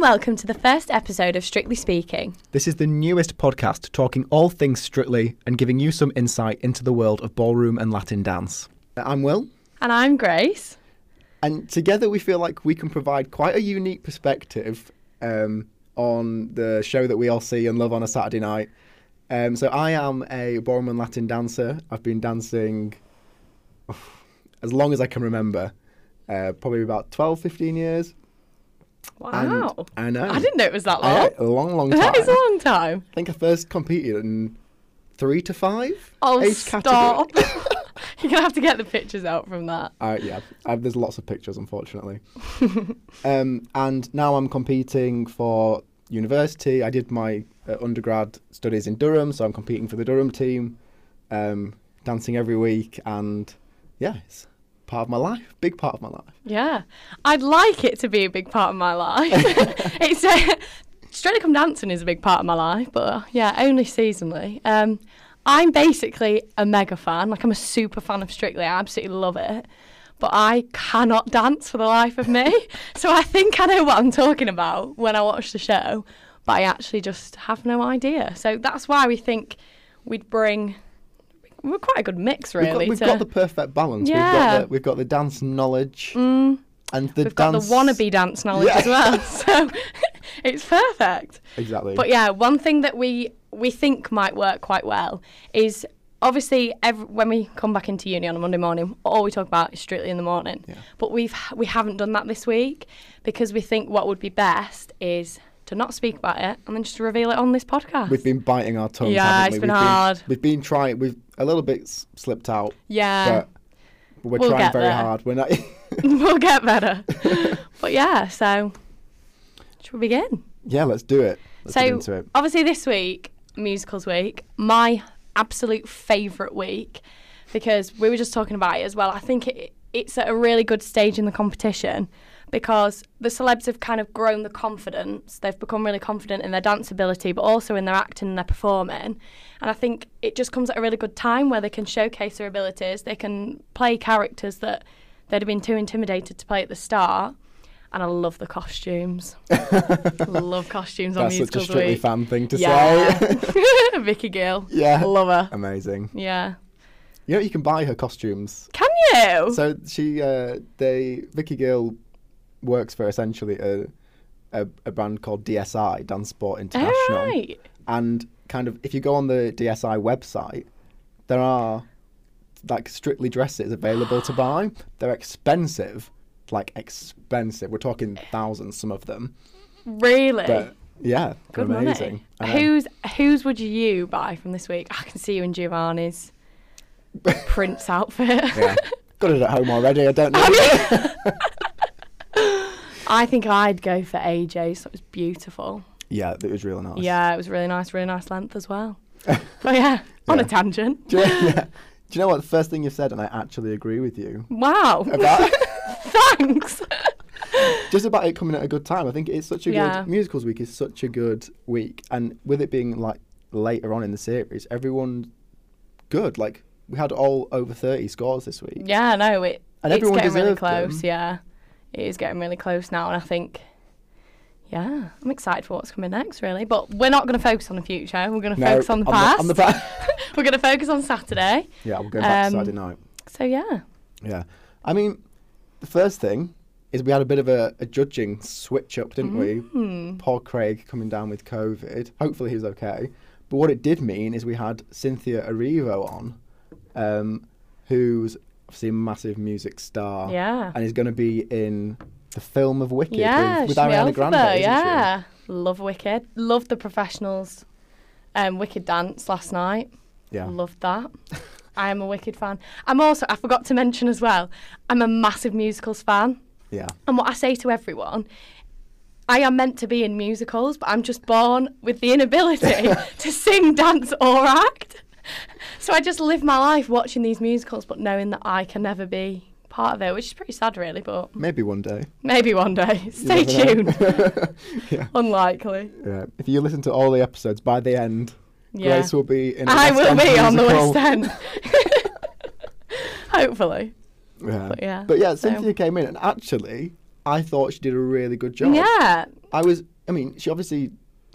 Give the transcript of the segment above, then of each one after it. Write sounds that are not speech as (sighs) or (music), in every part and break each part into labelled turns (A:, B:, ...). A: welcome to the first episode of Strictly Speaking.
B: This is the newest podcast talking all things strictly and giving you some insight into the world of ballroom and Latin dance. I'm Will,
A: And I'm Grace.
B: and together we feel like we can provide quite a unique perspective um, on the show that we all see and love on a Saturday night. Um, so I am a ballroom and Latin dancer. I've been dancing (sighs) as long as I can remember, uh, probably about 12, 15 years. And
A: Wow.
B: I know.
A: I didn't know it was that long.
B: I- a long, long
A: (laughs)
B: time.
A: That is a long time.
B: I think I first competed in three to five
A: Oh,
B: age category.
A: stop. (laughs) You're going to have to get the pictures out from that.
B: (laughs) Uh, yeah, i there's lots of pictures, unfortunately. (laughs) um, and now I'm competing for university. I did my uh, undergrad studies in Durham, so I'm competing for the Durham team, um, dancing every week, and yeah, it's part of my life, big part of my life.
A: Yeah. I'd like it to be a big part of my
B: (laughs)
A: life. (laughs) it's uh, strictly come dancing is a big part of my life, but uh, yeah, only seasonally. Um, I'm basically a mega fan. Like I'm a super fan of Strictly. I absolutely love it. But I cannot dance for the life of
B: (laughs)
A: me. so I think I know what I'm talking about when I watch the show, but I actually just have no idea. So that's why we think we'd bring we're quite a good mix
B: We've
A: really.
B: got- We've
A: to-
B: got, the perfect balance. We've,
A: Yeah. Mm.
B: got the, we've got the dance knowledge and the
A: We've got the
B: dance.
A: wannabe dance knowledge
B: Yeah.
A: as well, (laughs) so it's perfect.
B: Exactly.
A: But yeah, one thing that we we think might work quite well is obviously ev when we come back into uni on a Monday morning, all we talk about is strictly in the morning.
B: Yeah.
A: But we've we haven't done that this week because we think what would be best is to not speak about it and then just reveal it on this podcast.
B: We've been biting our tongues.
A: Yeah,
B: haven't
A: it's
B: we?
A: been
B: we've
A: hard.
B: Been, we've been trying. We've a little bit s- slipped out,
A: yeah.
B: but, but we're
A: we'll
B: trying
A: get
B: very
A: there.
B: hard. We're not.
A: (laughs)
B: (laughs)
A: we'll get better. but yeah, so should we begin?
B: yeah, let's do it. Let's get
A: So
B: into it.
A: obviously this week, musicals week, my absolute favourite week because we were just talking about it as well. I think it, it's at a really good stage in the competition because the celebs have kind of grown the confidence. They've become really confident in their dance ability, but also in their acting and their performing. And I think it just comes at a really good time where they can showcase their abilities. They can play characters that they'd have been too intimidated to play at the start. And I love the costumes. (laughs) love costumes on
B: That's such a
A: musicals
B: strictly
A: week.
B: fan thing to
A: Yeah. (laughs)
B: say.
A: Vicky Gill.
B: yeah,
A: Love her.
B: amazing.
A: Yeah.
B: You know, you can buy her costumes.
A: Can you?
B: So she, uh, they, Vicky Gill, works for essentially a, a a brand called DSI Dance Sport International,
A: All Oh, right.
B: and kind of if you go on the DSI website, there are like strictly dresses available to buy. They're expensive, like expensive. We're talking thousands, some of them.
A: Really?
B: But yeah, they're
A: Good
B: amazing. Um, I
A: money.
B: know.
A: Who's whose would you buy from this week? I can see you in
B: (laughs)
A: Giovanni's Prince outfit.
B: Yeah. Got it at home already. I don't know.
A: (laughs) I think I'd go for AJ's. That was beautiful.
B: yeah, it was really nice.
A: Yeah, it was really nice, really nice length as
B: (laughs)
A: well. but yeah, on a
B: Yeah.
A: tangent.
B: Do you, (laughs) yeah. Do you know what? The first thing you've said, and I actually agree with you
A: Wow.
B: about
A: (laughs)
B: (laughs)
A: Thanks.
B: just about it coming at a good time. I think it's such a
A: Yeah.
B: good musicals week is such a good week, and with it being like later on in the series, everyone good. Like we had all over thirty scores this week.
A: Yeah, no, it,
B: And
A: it's
B: everyone
A: getting really
B: deserved them.
A: close. Yeah, it is getting really close now, and I think, yeah, I'm excited for what's coming next, really. But we're not going to focus on the future. We're going to
B: No,
A: focus on the past. (laughs)
B: on the past.
A: we're going to focus on Saturday.
B: (laughs) yeah, we're going back
A: Um,
B: to Saturday night.
A: So yeah,
B: Yeah. I mean, the first thing is we had a bit of a, a judging switch up, didn't
A: Mm-hmm.
B: we? Paul Craig coming down with COVID. Hopefully he was okay. But what it did mean is we had Cynthia Erivo on, um, who's obviously a massive music star.
A: Yeah.
B: And is going to be in the film of Wicked
A: yeah,
B: with, with
A: Shmi
B: Ariana
A: Alphabet,
B: Grande. isn't she?
A: yeah, love Wicked. Love the professionals. Um, Wicked dance last night.
B: Yeah.
A: Loved that. (laughs) I am a Wicked fan. I'm also. I forgot to mention as well. I'm a massive musicals fan.
B: Yeah.
A: And what I say to everyone, I am meant to be in musicals, but I'm just born with the
B: (laughs)
A: inability to sing, dance, or act. So I just live my life watching these musicals, but knowing that I can never be part of it, which is pretty sad, really, but
B: Maybe one day.
A: maybe one day. (laughs) Stay
B: never know.
A: tuned.
B: (laughs)
A: Unlikely.
B: Yeah. If you listen to all the episodes by the end,
A: Yeah.
B: Grace will be in a
A: I
B: West
A: will
B: End
A: be on the
B: musical.
A: West
B: (laughs)
A: End. (laughs) Hopefully.
B: Yeah.
A: But yeah,
B: But yeah,
A: so-
B: Cynthia came in and actually I thought she did a really good job.
A: Yeah.
B: I was I mean, she obviously,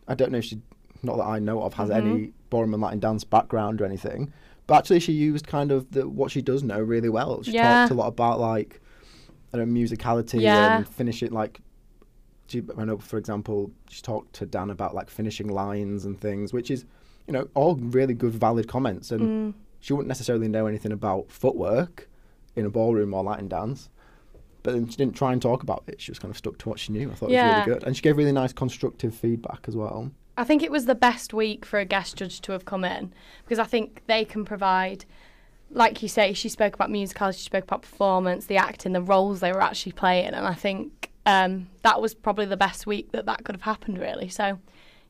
B: I don't know if she, not that I know of, has
A: Mm-hmm.
B: any Borman Latin dance background or anything. But actually, she used kind of the, what she does know really well. She
A: Yeah.
B: talked a lot about like, I don't know, musicality
A: Yeah.
B: and finishing. Like, she, I know, for example, she talked to Dan about like finishing lines and things, which is, you know, all really good, valid comments.
A: Mm.
B: And she wouldn't necessarily know anything about footwork in a ballroom or Latin dance. But then she didn't try and talk about it. She was kind of stuck to what she knew. I thought it was
A: Yeah.
B: really good. And she gave really nice constructive feedback as well.
A: I think it was the best week for a guest judge to have come in because I think they can provide, like you say, she spoke about musicals, she spoke about performance, the acting, the roles they were actually playing, and I think um, that was probably the best week that that could have happened, really. So,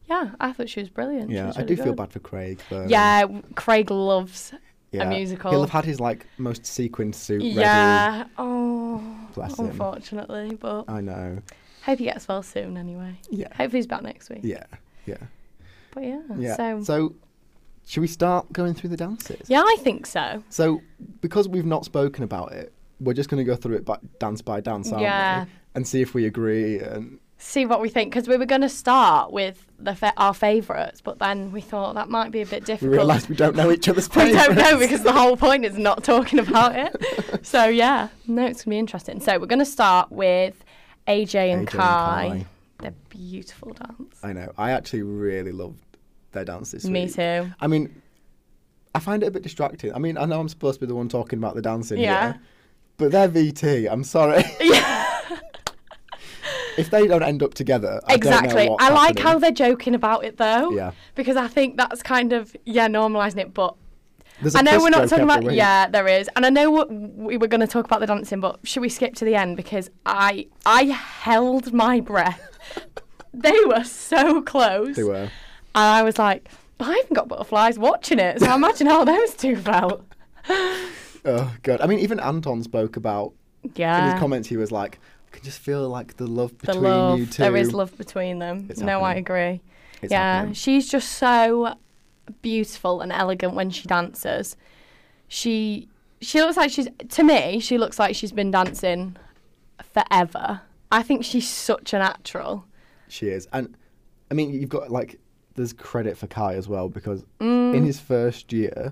A: yeah, I thought she was brilliant. She
B: Yeah,
A: was
B: I do
A: really
B: feel
A: good.
B: bad for Craig. Though.
A: Yeah, w- Craig loves
B: Yeah.
A: a musical.
B: He'll have had his like most sequined suit ready.
A: yeah. Oh,
B: Bless him.
A: unfortunately, but
B: I know.
A: hope he gets well soon. Anyway,
B: Yeah.
A: hopefully he's back next week.
B: Yeah. Yeah.
A: But yeah,
B: Yeah.
A: so
B: should we start going through the dances?
A: yeah, I think so.
B: So because we've not spoken about it, we're just going to go through it by, dance by dance, aren't
A: Yeah.
B: we? And see if we agree. And
A: see what we think because we were going to start with the fa- our favourites, but then we thought that might be a bit
B: we
A: difficult.
B: realise we don't know each other's
A: (laughs) We don't know
B: favourites.
A: because the whole point is not talking about
B: (laughs)
A: it. so yeah, no, it's gonna be interesting. So we're gonna start with AJ and
B: AJ and
A: Kai.
B: Kai.
A: They're beautiful dance.
B: I know. I actually really loved their dance this
A: Me
B: week.
A: too.
B: (laughs)
A: (laughs)
B: I mean, I find it a bit distracting. I mean, I know I'm supposed to be the one talking about the dancing.
A: Yeah.
B: But they're VT.
A: (laughs)
B: I'm sorry.
A: Yeah,
B: if they don't end up together, I
A: exactly.
B: Don't know what's
A: I like
B: happening.
A: how they're joking about it though.
B: Yeah.
A: Because I think that's kind of yeah normalising it, but
B: There's a
A: I know
B: kiss
A: we're not
B: joke
A: talking
B: every
A: about
B: week.
A: yeah, there is, and I know what we were going to talk about the dancing, but should we skip to the end because I I held my breath. (laughs) they were so close,
B: They
A: and
B: were.
A: I was like, I even got butterflies watching it. So imagine how those two felt.
B: Oh god. I mean, even Anton spoke about in
A: Yeah,
B: his comments. He was like, "I can just feel like the love
A: the
B: between
A: love.
B: you two.
A: There is love between them.
B: It's
A: no, I
B: happening.
A: agree.
B: It's
A: yeah,
B: happening.
A: she's just so beautiful and elegant when she dances. She she looks like she's to me. She looks like she's been dancing forever. I think she's such a natural.
B: She is. And I mean, you've got like there's credit for Kai as well because
A: Mm.
B: in his first year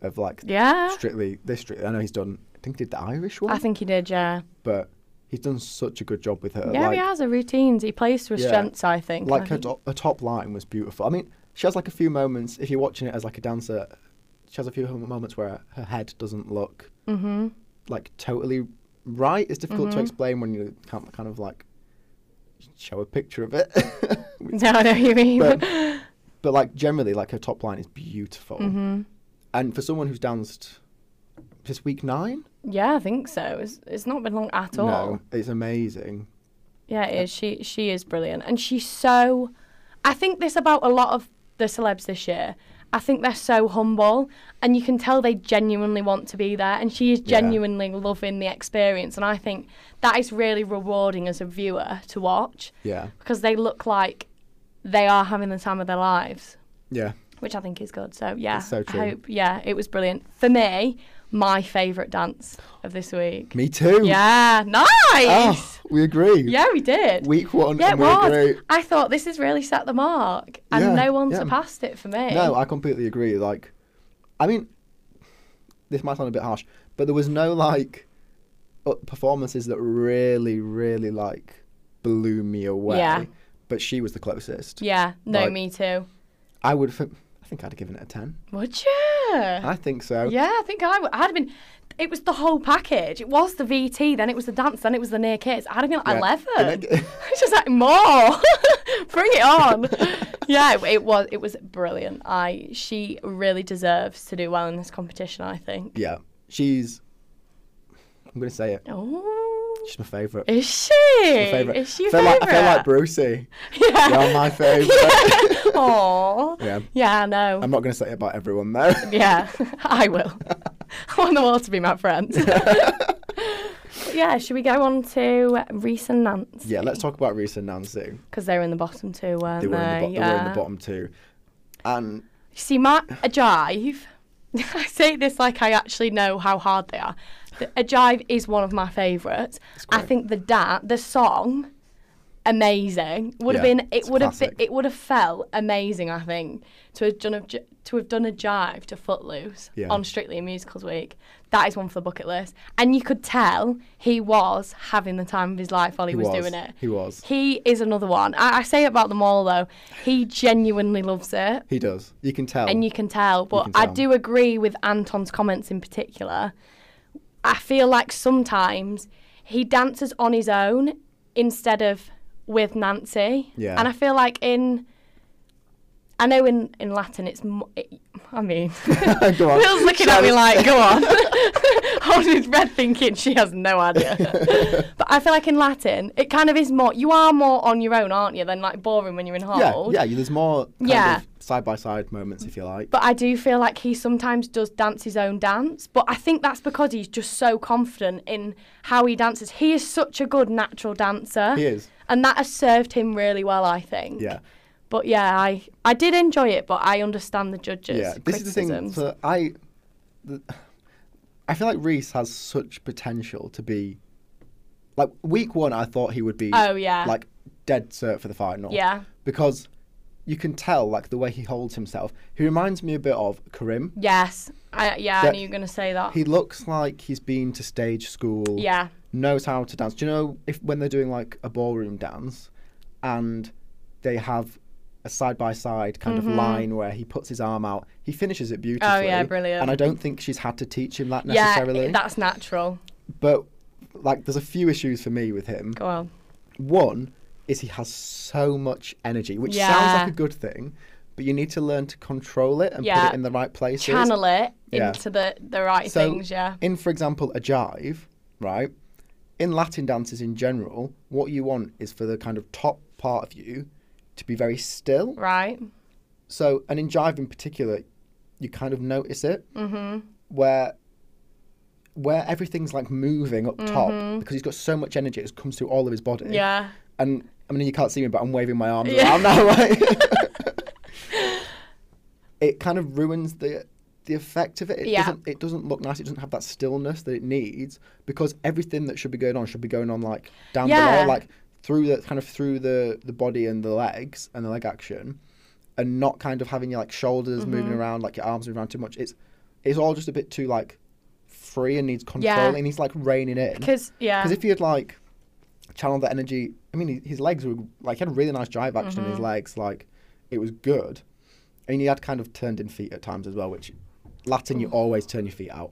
B: of like
A: Yeah,
B: strictly this strictly, I know he's done. I think he did the Irish one,
A: I think he did. Yeah,
B: but he's done such a good job with her.
A: yeah,
B: like,
A: he has her routines. He plays to his
B: Yeah.
A: strengths. I think. I
B: like her,
A: think-
B: top, her top line was beautiful. I mean, she has like a few moments. If you're watching it as like a dancer, she has a few hom- moments where her head doesn't look
A: Mm-hmm.
B: like totally right. It's difficult to explain when you can't kind of like show a picture of it.
A: (laughs)
B: (laughs)
A: no, I know what you mean.
B: but, but like generally, like her top line is beautiful.
A: Mm-hmm.
B: And for someone who's danced this week nine,
A: (laughs) yeah, I think so. It's, it's not been long at all.
B: no, it's amazing.
A: Yeah, it is. She she is brilliant, and she's so. I think this about a lot of the celebs this year. I think they're so humble, and you can tell they genuinely want to be there, and she is
B: Yeah.
A: genuinely loving the experience, and I think that is really rewarding as a viewer to watch
B: Yeah,
A: because they look like they are having the time of their lives,
B: yeah.
A: which I think is good. So yeah,
B: It's so true.
A: I hope yeah, it was brilliant for me. My favourite dance of this week.
B: Me too.
A: Yeah, nice.
B: Oh, we agree.
A: Yeah, we did.
B: Week one,
A: Yeah, it
B: and we
A: was.
B: agree.
A: I thought this has really set the mark, and
B: Yeah,
A: no one
B: yeah.
A: surpassed it for me.
B: No, I completely agree. Like, I mean, this might sound a bit harsh, but there was no like uh, performances that really, really like blew me away.
A: Yeah.
B: But she was the closest.
A: yeah, no,
B: Like-
A: me too.
B: I would. F- I think I'd have given it a ten.
A: Would you?
B: I think so.
A: yeah, I think I would. I'd have been. It was the whole package. It was the VT, then it was the dance, then it was the near kiss. I'd have been like
B: Yeah.
A: eleven.
B: (laughs) The neck-
A: (laughs) It's just like more. (laughs) Bring it
B: (laughs)
A: on. yeah, it, it was. It was brilliant. I. She really deserves to do well in this competition. I think.
B: Yeah. She's. I'm gonna say it.
A: Oh,
B: She's my favorite.
A: is she?
B: My favorite.
A: Is she
B: I
A: your
B: feel
A: favorite?
B: like I feel like Brucey.
A: (laughs) yeah. (laughs)
B: You're my favorite. (laughs)
A: Aww.
B: Yeah. Um,
A: Yeah, I know.
B: I'm not gonna say it about everyone though.
A: (laughs) yeah, I will. (laughs) I want them all to be my
B: (laughs)
A: friends. yeah, should we go on to Reese and Nance?
B: yeah. Let's talk about Reese and Nancy.
A: Because they were in the bottom two, weren't
B: They
A: they?
B: were, in the bo-
A: Uh, yeah.
B: they were in the bottom two, and
A: See, my a jive. (laughs) I say this like I actually know how hard they are. The- A jive is one of my favourites. I
B: great.
A: think the da- the song amazing. Would have
B: Yeah,
A: been it
B: it's
A: would have been,
B: classic.
A: it would have felt amazing. I think to have done a j- to have done a jive to Footloose
B: Yeah.
A: on Strictly Musicals week. That is one for the bucket list, and you could tell he was having the time of his life while he,
B: He
A: was,
B: was.
A: doing it.
B: He was.
A: He is another one. I, I say about them all though. He genuinely loves it
B: He does. You can tell.
A: and you can tell. But
B: can
A: I
B: tell.
A: do agree with Anton's comments in particular. I feel like sometimes he dances on his own instead of with Nancy.
B: Yeah.
A: And I feel like in, I know in in Latin it's, mo- it, I
B: (laughs)
A: mean,
B: (laughs)
A: (laughs)
B: Go on.
A: Will's looking at me like, go
B: (laughs)
A: on. (laughs) Holding his breath, thinking she has no
B: (laughs)
A: idea. but I feel like in Latin, it kind of is more. You are more on your own, aren't you? Than like boring when you're in
B: yeah,
A: hold.
B: yeah. There's more kind
A: Yeah.
B: of side by side moments, if you like.
A: But I do feel like he sometimes does dance his own dance. But I think that's because he's just so confident in how he dances. He is such a good natural dancer.
B: He is.
A: And that has served him really well, I think.
B: Yeah.
A: But yeah, I, I did enjoy it, but I understand the judges.
B: Yeah, this is the thing.
A: criticisms.
B: So I, the, I feel like Reese has such potential to be, like week one. I thought he would be.
A: Oh, yeah.
B: Like dead cert for the final.
A: Yeah.
B: Because you can tell like the way he holds himself. He reminds me a bit of Karim.
A: Yes. I, yeah, I
B: That-
A: knew you were going to say that.
B: He looks like he's been to stage school.
A: yeah.
B: knows how to dance. Do you know if when they're doing like a ballroom dance and they have a side by side kind
A: Mm-hmm.
B: of line where he puts his arm out, he finishes it beautifully.
A: Oh, brilliant.
B: And I don't think she's had to teach him that
A: Yeah,
B: necessarily.
A: it- that's natural.
B: but like there's a few issues for me with him.
A: Go on.
B: One is he has so much energy, which sounds
A: Yeah.
B: like a good thing, but you need to learn to control it and
A: Yeah.
B: put it in the right places.
A: Channel it
B: Yeah.
A: into the, the right
B: So,
A: things, yeah.
B: In, for example, a jive, right? In Latin dances in general, what you want is for the kind of top part of you to be very still.
A: Right.
B: So, and in jive in particular, you kind of notice it
A: Mm-hmm.
B: where where everything's like moving up
A: Mm-hmm.
B: top because he's got so much energy, it comes through all of his body.
A: Yeah.
B: And I mean, you can't see me, but I'm waving my arms
A: Yeah.
B: around
A: (laughs)
B: now. Right? it kind of ruins the the effect of it. It,
A: Yeah.
B: doesn't, it doesn't look nice. It doesn't have that stillness that it needs because everything that should be going on should be going on like down
A: Yeah.
B: below, like through the kind of through the the body and the legs and the leg action, and not kind of having your like shoulders
A: Mm-hmm.
B: moving around, like your arms moving around too much. It's it's all just a bit too like free and needs control
A: Yeah.
B: and he's like reining in.
A: Because,
B: (laughs)
A: yeah.
B: Because if he had like channeled that energy, I mean, his legs were like he had a really nice drive action
A: Mm-hmm.
B: in his legs, like it was good, and he had kind of turned in feet at times as well, which Latin you always turn your feet out.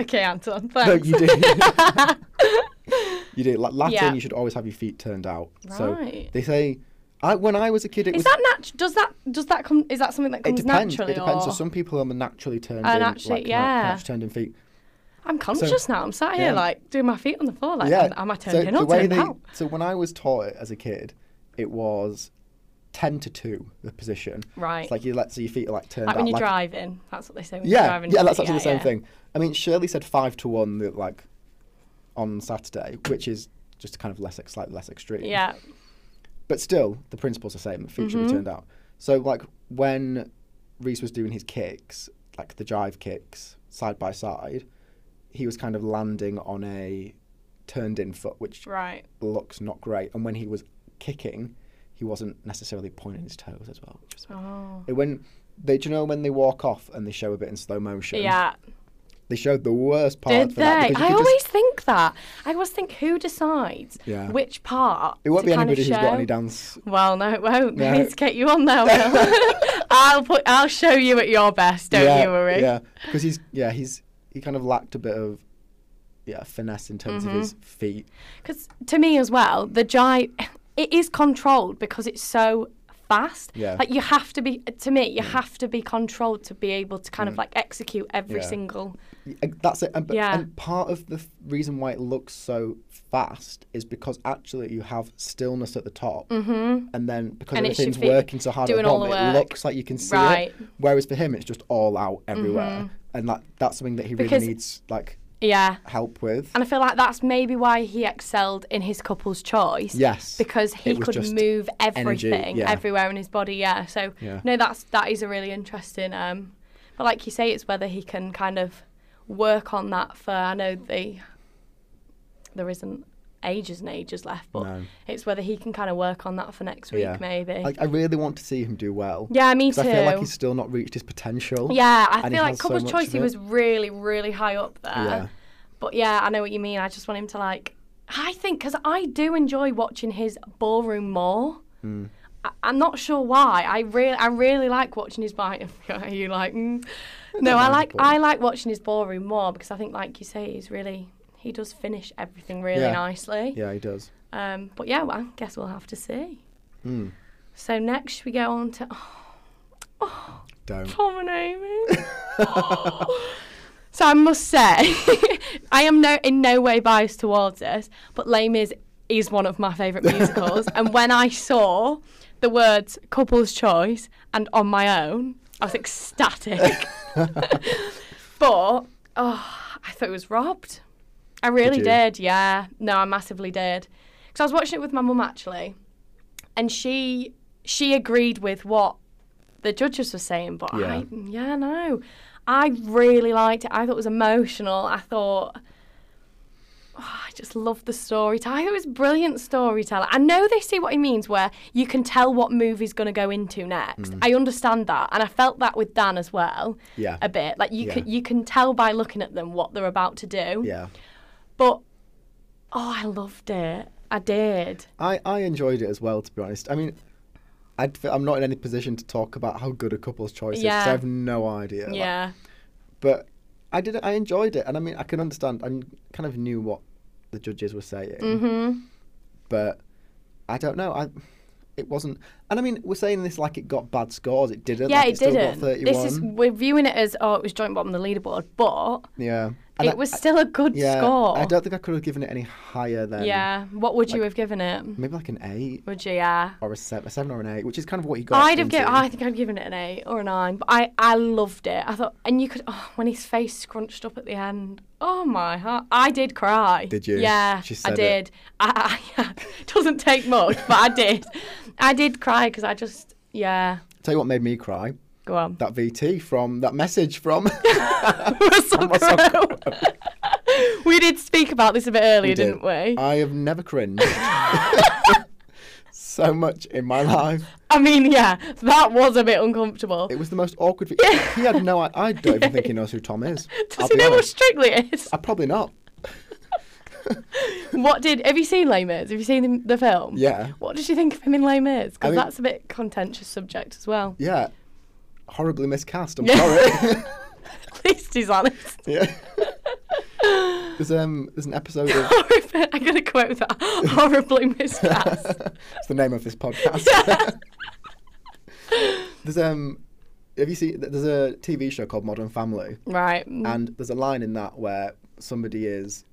A: (laughs) (laughs) Okay, Anton.
B: (laughs) no,
A: Thanks.
B: you do.
A: (laughs)
B: you do. Like Latin,
A: Yeah.
B: you should always have your feet turned out. So
A: Right.
B: they say, I when I was a kid, it
A: Is
B: was.
A: that nat- Does that does that come? Is that something that
B: it
A: comes
B: depends.
A: naturally?
B: It depends.
A: Or?
B: So some people are naturally turned
A: Oh,
B: in,
A: naturally,
B: like, nat-
A: yeah.
B: naturally turned in feet.
A: I'm conscious now. I'm sat here
B: yeah.
A: like doing my feet on the floor. Like, am, am I turned
B: so
A: in
B: the
A: or
B: way
A: turned
B: they-
A: out?
B: So when I was taught it as a kid, it was ten to two the position.
A: Right.
B: It's like you let so your feet are like turned
A: Like
B: out.
A: when you're
B: like,
A: driving. That's what they say when you're
B: yeah,
A: driving.
B: yeah,
A: isn't
B: that's
A: it?
B: actually the
A: Yeah,
B: same
A: yeah.
B: thing. I mean, Shirley said five to one that like on Saturday, which is just kind of less ex- slightly less extreme.
A: Yeah. Mm-hmm.
B: But still, the principle's the same. The feet should be turned out. So like when Reese was doing his kicks, like the jive kicks side by side, he was kind of landing on a turned in foot, which
A: Right.
B: looks not great. And when he was kicking, he wasn't necessarily pointing his toes as well. which is-
A: Oh.
B: It- When they, do you know when they walk off and they show a bit in slow motion?
A: Yeah.
B: They showed the worst part
A: Did
B: for
A: they?
B: that. because you
A: I
B: could
A: always
B: just-
A: think that. I always think who decides
B: Yeah.
A: which part.
B: it won't
A: to
B: be
A: kind of
B: anybody who's got
A: show?
B: any dance.
A: Well, no, it won't. (laughs)
B: No.
A: I need to get you on
B: (laughs)
A: there. Will. (laughs) I'll put. I'll show you at your best. (laughs) Don't
B: yeah,
A: you worry.
B: Yeah, because he's yeah he's he kind of lacked a bit of yeah finesse in terms
A: Mm-hmm.
B: of his feet.
A: Because to me as well, the jive, it is controlled because it's so fast.
B: Yeah. Mm.
A: Like you have to be, to me, you have to be controlled to be able to kind of like execute every
B: Yeah.
A: single.
B: Y- uh, That's it. And, but,
A: Yeah.
B: and part of the th- reason why it looks so fast is because actually you have stillness at the top, and then because
A: Mm-hmm. And it should
B: everything's
A: be
B: working so hard at the
A: doing all
B: bottom,
A: the
B: it
A: work.
B: looks like you can see
A: Right. Mm-hmm.
B: it. Whereas for him, it's just all out everywhere, and that that's something that he really
A: Because-
B: needs like
A: Yeah.
B: help with.
A: And I feel like that's maybe why he excelled in his couple's choice.
B: Yes,
A: Because he
B: It was
A: could
B: just
A: move
B: energy,
A: everything,
B: yeah.
A: everywhere in his body. Yeah. So
B: Yeah.
A: no, that's that is a really interesting. Um, but like you say, it's whether he can kind of work on that. For I know the there isn't ages and ages left, but
B: No.
A: it's whether he can kind of work on that for next week,
B: Yeah.
A: maybe.
B: I, I really want to see him do well.
A: yeah, me
B: 'Cause
A: too.
B: I feel like he's still not reached his potential.
A: yeah, I
B: and he
A: feel like
B: has so
A: couple's
B: much
A: choice
B: of
A: he
B: it.
A: was really, really high up there.
B: Yeah.
A: But yeah, I know what you mean. I just want him to like. I think because I do enjoy watching his ballroom more.
B: Hmm.
A: I, I'm not sure why. I really, I really like watching his ballroom. (laughs) Are you like? Mm. No, I
B: mind
A: like,
B: the
A: I
B: ballroom.
A: like watching his ballroom more because I think, like you say, he's really, he does finish everything really
B: Yeah.
A: nicely.
B: Yeah, he does.
A: Um, but yeah, well, I guess we'll have to see.
B: Mm.
A: So next we go on to oh,
B: Don't.
A: Tom and (laughs) Amy. so I must say, (laughs) I am no in no way biased towards this, but Les Mis is one of my favourite (laughs) musicals. and when I saw the words "couple's choice" and "on my own," I was (laughs) ecstatic. but oh, I thought it was robbed. I really
B: you?
A: did, yeah. No, I massively did. Because I was watching it with my mum actually, and she she agreed with what the judges were saying, but I yeah no, I really liked it. I thought it was emotional. I thought. oh, I just loved the storyteller. I thought it was brilliant storyteller. I know they see what he means, where you can tell what movie's going to go into next. I understand that, and I felt that with Dan as well
B: Mm. Yeah.
A: a bit. Like you
B: Yeah.
A: can you can tell by looking at them what they're about to do.
B: Yeah.
A: But oh, I loved it. I did.
B: I, I enjoyed it as well, to be honest. I mean, I'd, f- I'm not in any position to talk about how good a couple's choice is 'cause
A: Yeah.
B: I have no idea. like-
A: Yeah.
B: but I did. I enjoyed it, and I mean, I can understand. I kind of knew what the judges were saying,
A: Mhm.
B: but I don't know. I it wasn't. And I mean, we're saying this like it got bad scores. It didn't.
A: Yeah,
B: like,
A: it
B: still
A: didn't.
B: Got 31.
A: This is we're viewing it as oh, it was joint bottom of the leaderboard, but
B: yeah. And I-
A: it was
B: I-
A: still a good
B: yeah,
A: score.
B: I don't think I could have given it any higher than
A: yeah. What would you
B: like- Mm.
A: have given it?
B: maybe like an eight
A: Would you? Yeah.
B: or a seven, a seven or an eight, which is kind of what you got.
A: I'd have
B: into.
A: given. I think I'd given it an eight or a nine. But I, I loved it. I thought, and you could. Oh, when his face scrunched up at the end. Oh my heart! I did cry.
B: Did you?
A: Yeah,
B: She
A: I
B: said it.
A: did. I, I (laughs) doesn't take much, but I did. I did cry because I just. Yeah.
B: Tell you what made me cry.
A: Go on.
B: That VT from that
A: (laughs)
B: message from.
A: Russell
B: Russell
A: Crowe. (laughs) we did speak about this a bit earlier,
B: Oh We did. Uh,
A: didn't we?
B: I have never cringed (laughs) so much in my life.
A: I mean, yeah, that was a bit uncomfortable. (laughs)
B: It was the most awkward. vi- He had no. I, I don't even think he knows who Tom is.
A: (laughs) Does he know what Strictly is?
B: I Uh, probably not. (laughs)
A: What did? Have you seen Les Mis? Have you seen the- the film?
B: Yeah.
A: What did you think of him in Les Mis? Because
B: I mean-
A: that's a bit contentious subject as well.
B: Yeah. Horribly miscast.
A: (laughs)
B: I'm
A: Yeah.
B: sorry.
A: (laughs) At
B: (laughs)
A: least he's honest. (laughs)
B: yeah. There's um. There's an episode of.
A: Horrib- I'm gonna quote
B: (laughs)
A: that horribly miscast.
B: it's the name of this podcast.
A: Yeah.
B: (laughs) There's um. Have you seen? There's a TV show called Modern Family.
A: right.
B: and there's a line in that where somebody is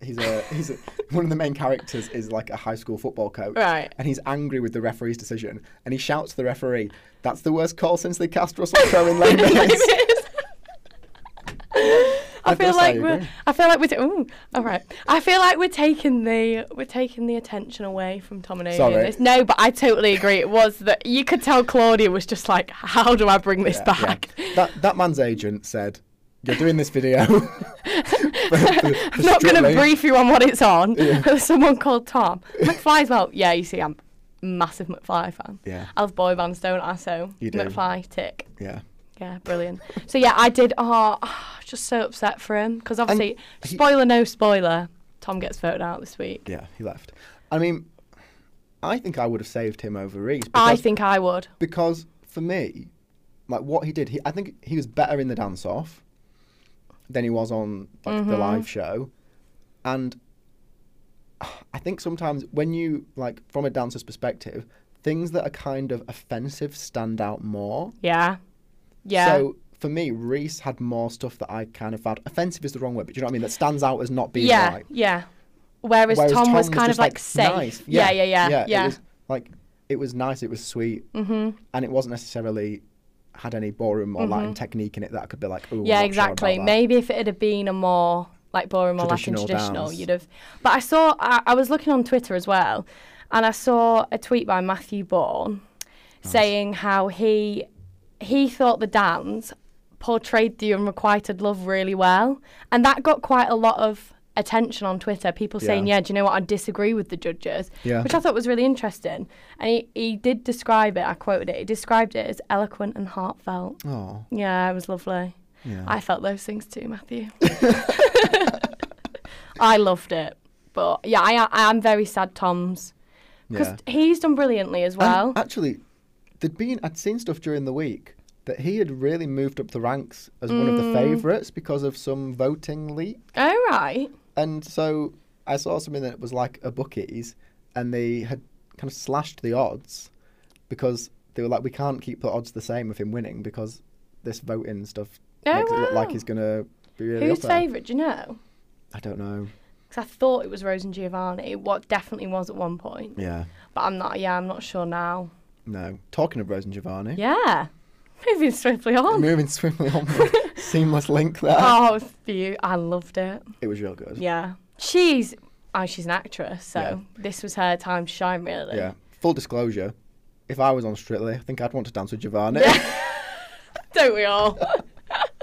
B: he's a he's a, (laughs) one of the main characters is like a high school football coach
A: Right.
B: and he's angry with the referee's decision and he shouts to the referee that's the worst call since they cast Russell Crowe
A: (laughs)
B: in Les
A: Les
B: Mis."
A: Mis. I
B: I've gotta
A: feel
B: say
A: like
B: I
A: we're.
B: agree.
A: I feel like we're. Ta- ooh, all right. I feel like we're taking the we're taking the attention away from Tom and Amy. in
B: Sorry.
A: this. No, but I totally agree. It was that you could tell Claudia was just like, how do I bring this
B: Yeah, yeah.
A: back?
B: that that man's agent said you're doing this
A: (laughs)
B: video (laughs)
A: I'm (laughs) not going to brief you on what it's on. (laughs)
B: Yeah.
A: There's someone called Tom. McFly's well, yeah, you see, I'm a massive McFly fan.
B: Yeah.
A: I love boy bands, don't I? So
B: You do.
A: McFly tick.
B: yeah
A: Yeah, brilliant. so yeah, I did. Oh, (sighs) I was just so upset for him because obviously,
B: he-
A: spoiler no spoiler, Tom gets voted out this week.
B: yeah he left I mean I think I would have saved him over Reese
A: I
B: because-
A: think I would.
B: because for me, like what he did, he I think he was better in the dance off than he was on like the
A: Mm-hmm.
B: live show, and I think sometimes when you like from a dancer's perspective, things that are kind of offensive stand out more.
A: Yeah. Yeah.
B: So for me, Reese had more stuff that I kind of found offensive is the wrong word, but you know what I mean. That stands out as not being
A: yeah.
B: right.
A: Yeah. Whereas,
B: Whereas
A: Tom, was kind of
B: just,
A: like, safe.
B: nice.
A: Yeah. Yeah. Yeah. Yeah.
B: It was, like it was nice. It was sweet,
A: mm-hmm.
B: and it wasn't necessarily had any ballroom or Latin technique in it that I could be like, oh,
A: Yeah, exactly. Maybe if it had been a more like ballroom or Latin
B: Traditional
A: traditional,
B: dance.
A: you'd have. But I saw, I, I was looking on Twitter as well, and I saw a tweet by Matthew Bourne saying how he he thought the dance portrayed the unrequited love really well, and that got quite a lot of attention on Twitter, people saying,
B: Yeah.
A: yeah, do you know what? I disagree with the judges,
B: Yeah.
A: which I thought was really interesting. And he, he did describe it, I quoted it, he described it as eloquent and heartfelt.
B: Oh,
A: Yeah, it was lovely.
B: yeah.
A: I felt those things too, Matthew. (laughs) I loved it. But yeah, I, I am very sad Tom's. Because
B: Yeah.
A: he's done brilliantly as
B: And
A: well.
B: actually, there'd been I'd seen stuff during the week that he had really moved up the ranks as one of
A: Mm.
B: the favourites because of some voting leak.
A: oh, right.
B: And so I saw something that was like a bookies, and they had kind of slashed the odds because they were like, we can't keep the odds the same of him winning because this voting stuff
A: Oh,
B: makes it look like
A: wow.
B: he's gonna be really
A: Who's
B: up there.
A: favourite, do you know?
B: I don't know.
A: Because I thought it was Rose and Giovanni. What definitely was at one point.
B: Yeah.
A: But I'm not, yeah, I'm not sure now.
B: No. Talking of Rose and Giovanni.
A: Yeah. (laughs) Moving swiftly on.
B: (laughs) Moving swiftly on.
A: (laughs)
B: Seamless link there.
A: Oh, it was beaut- I loved it.
B: It was real good.
A: Yeah. She's, oh, she's an actress, so
B: Yeah.
A: this was her time to shine, really.
B: Yeah. Full disclosure, if I was on Strictly, I think I'd want to dance with Giovanni. (laughs)
A: Don't we all?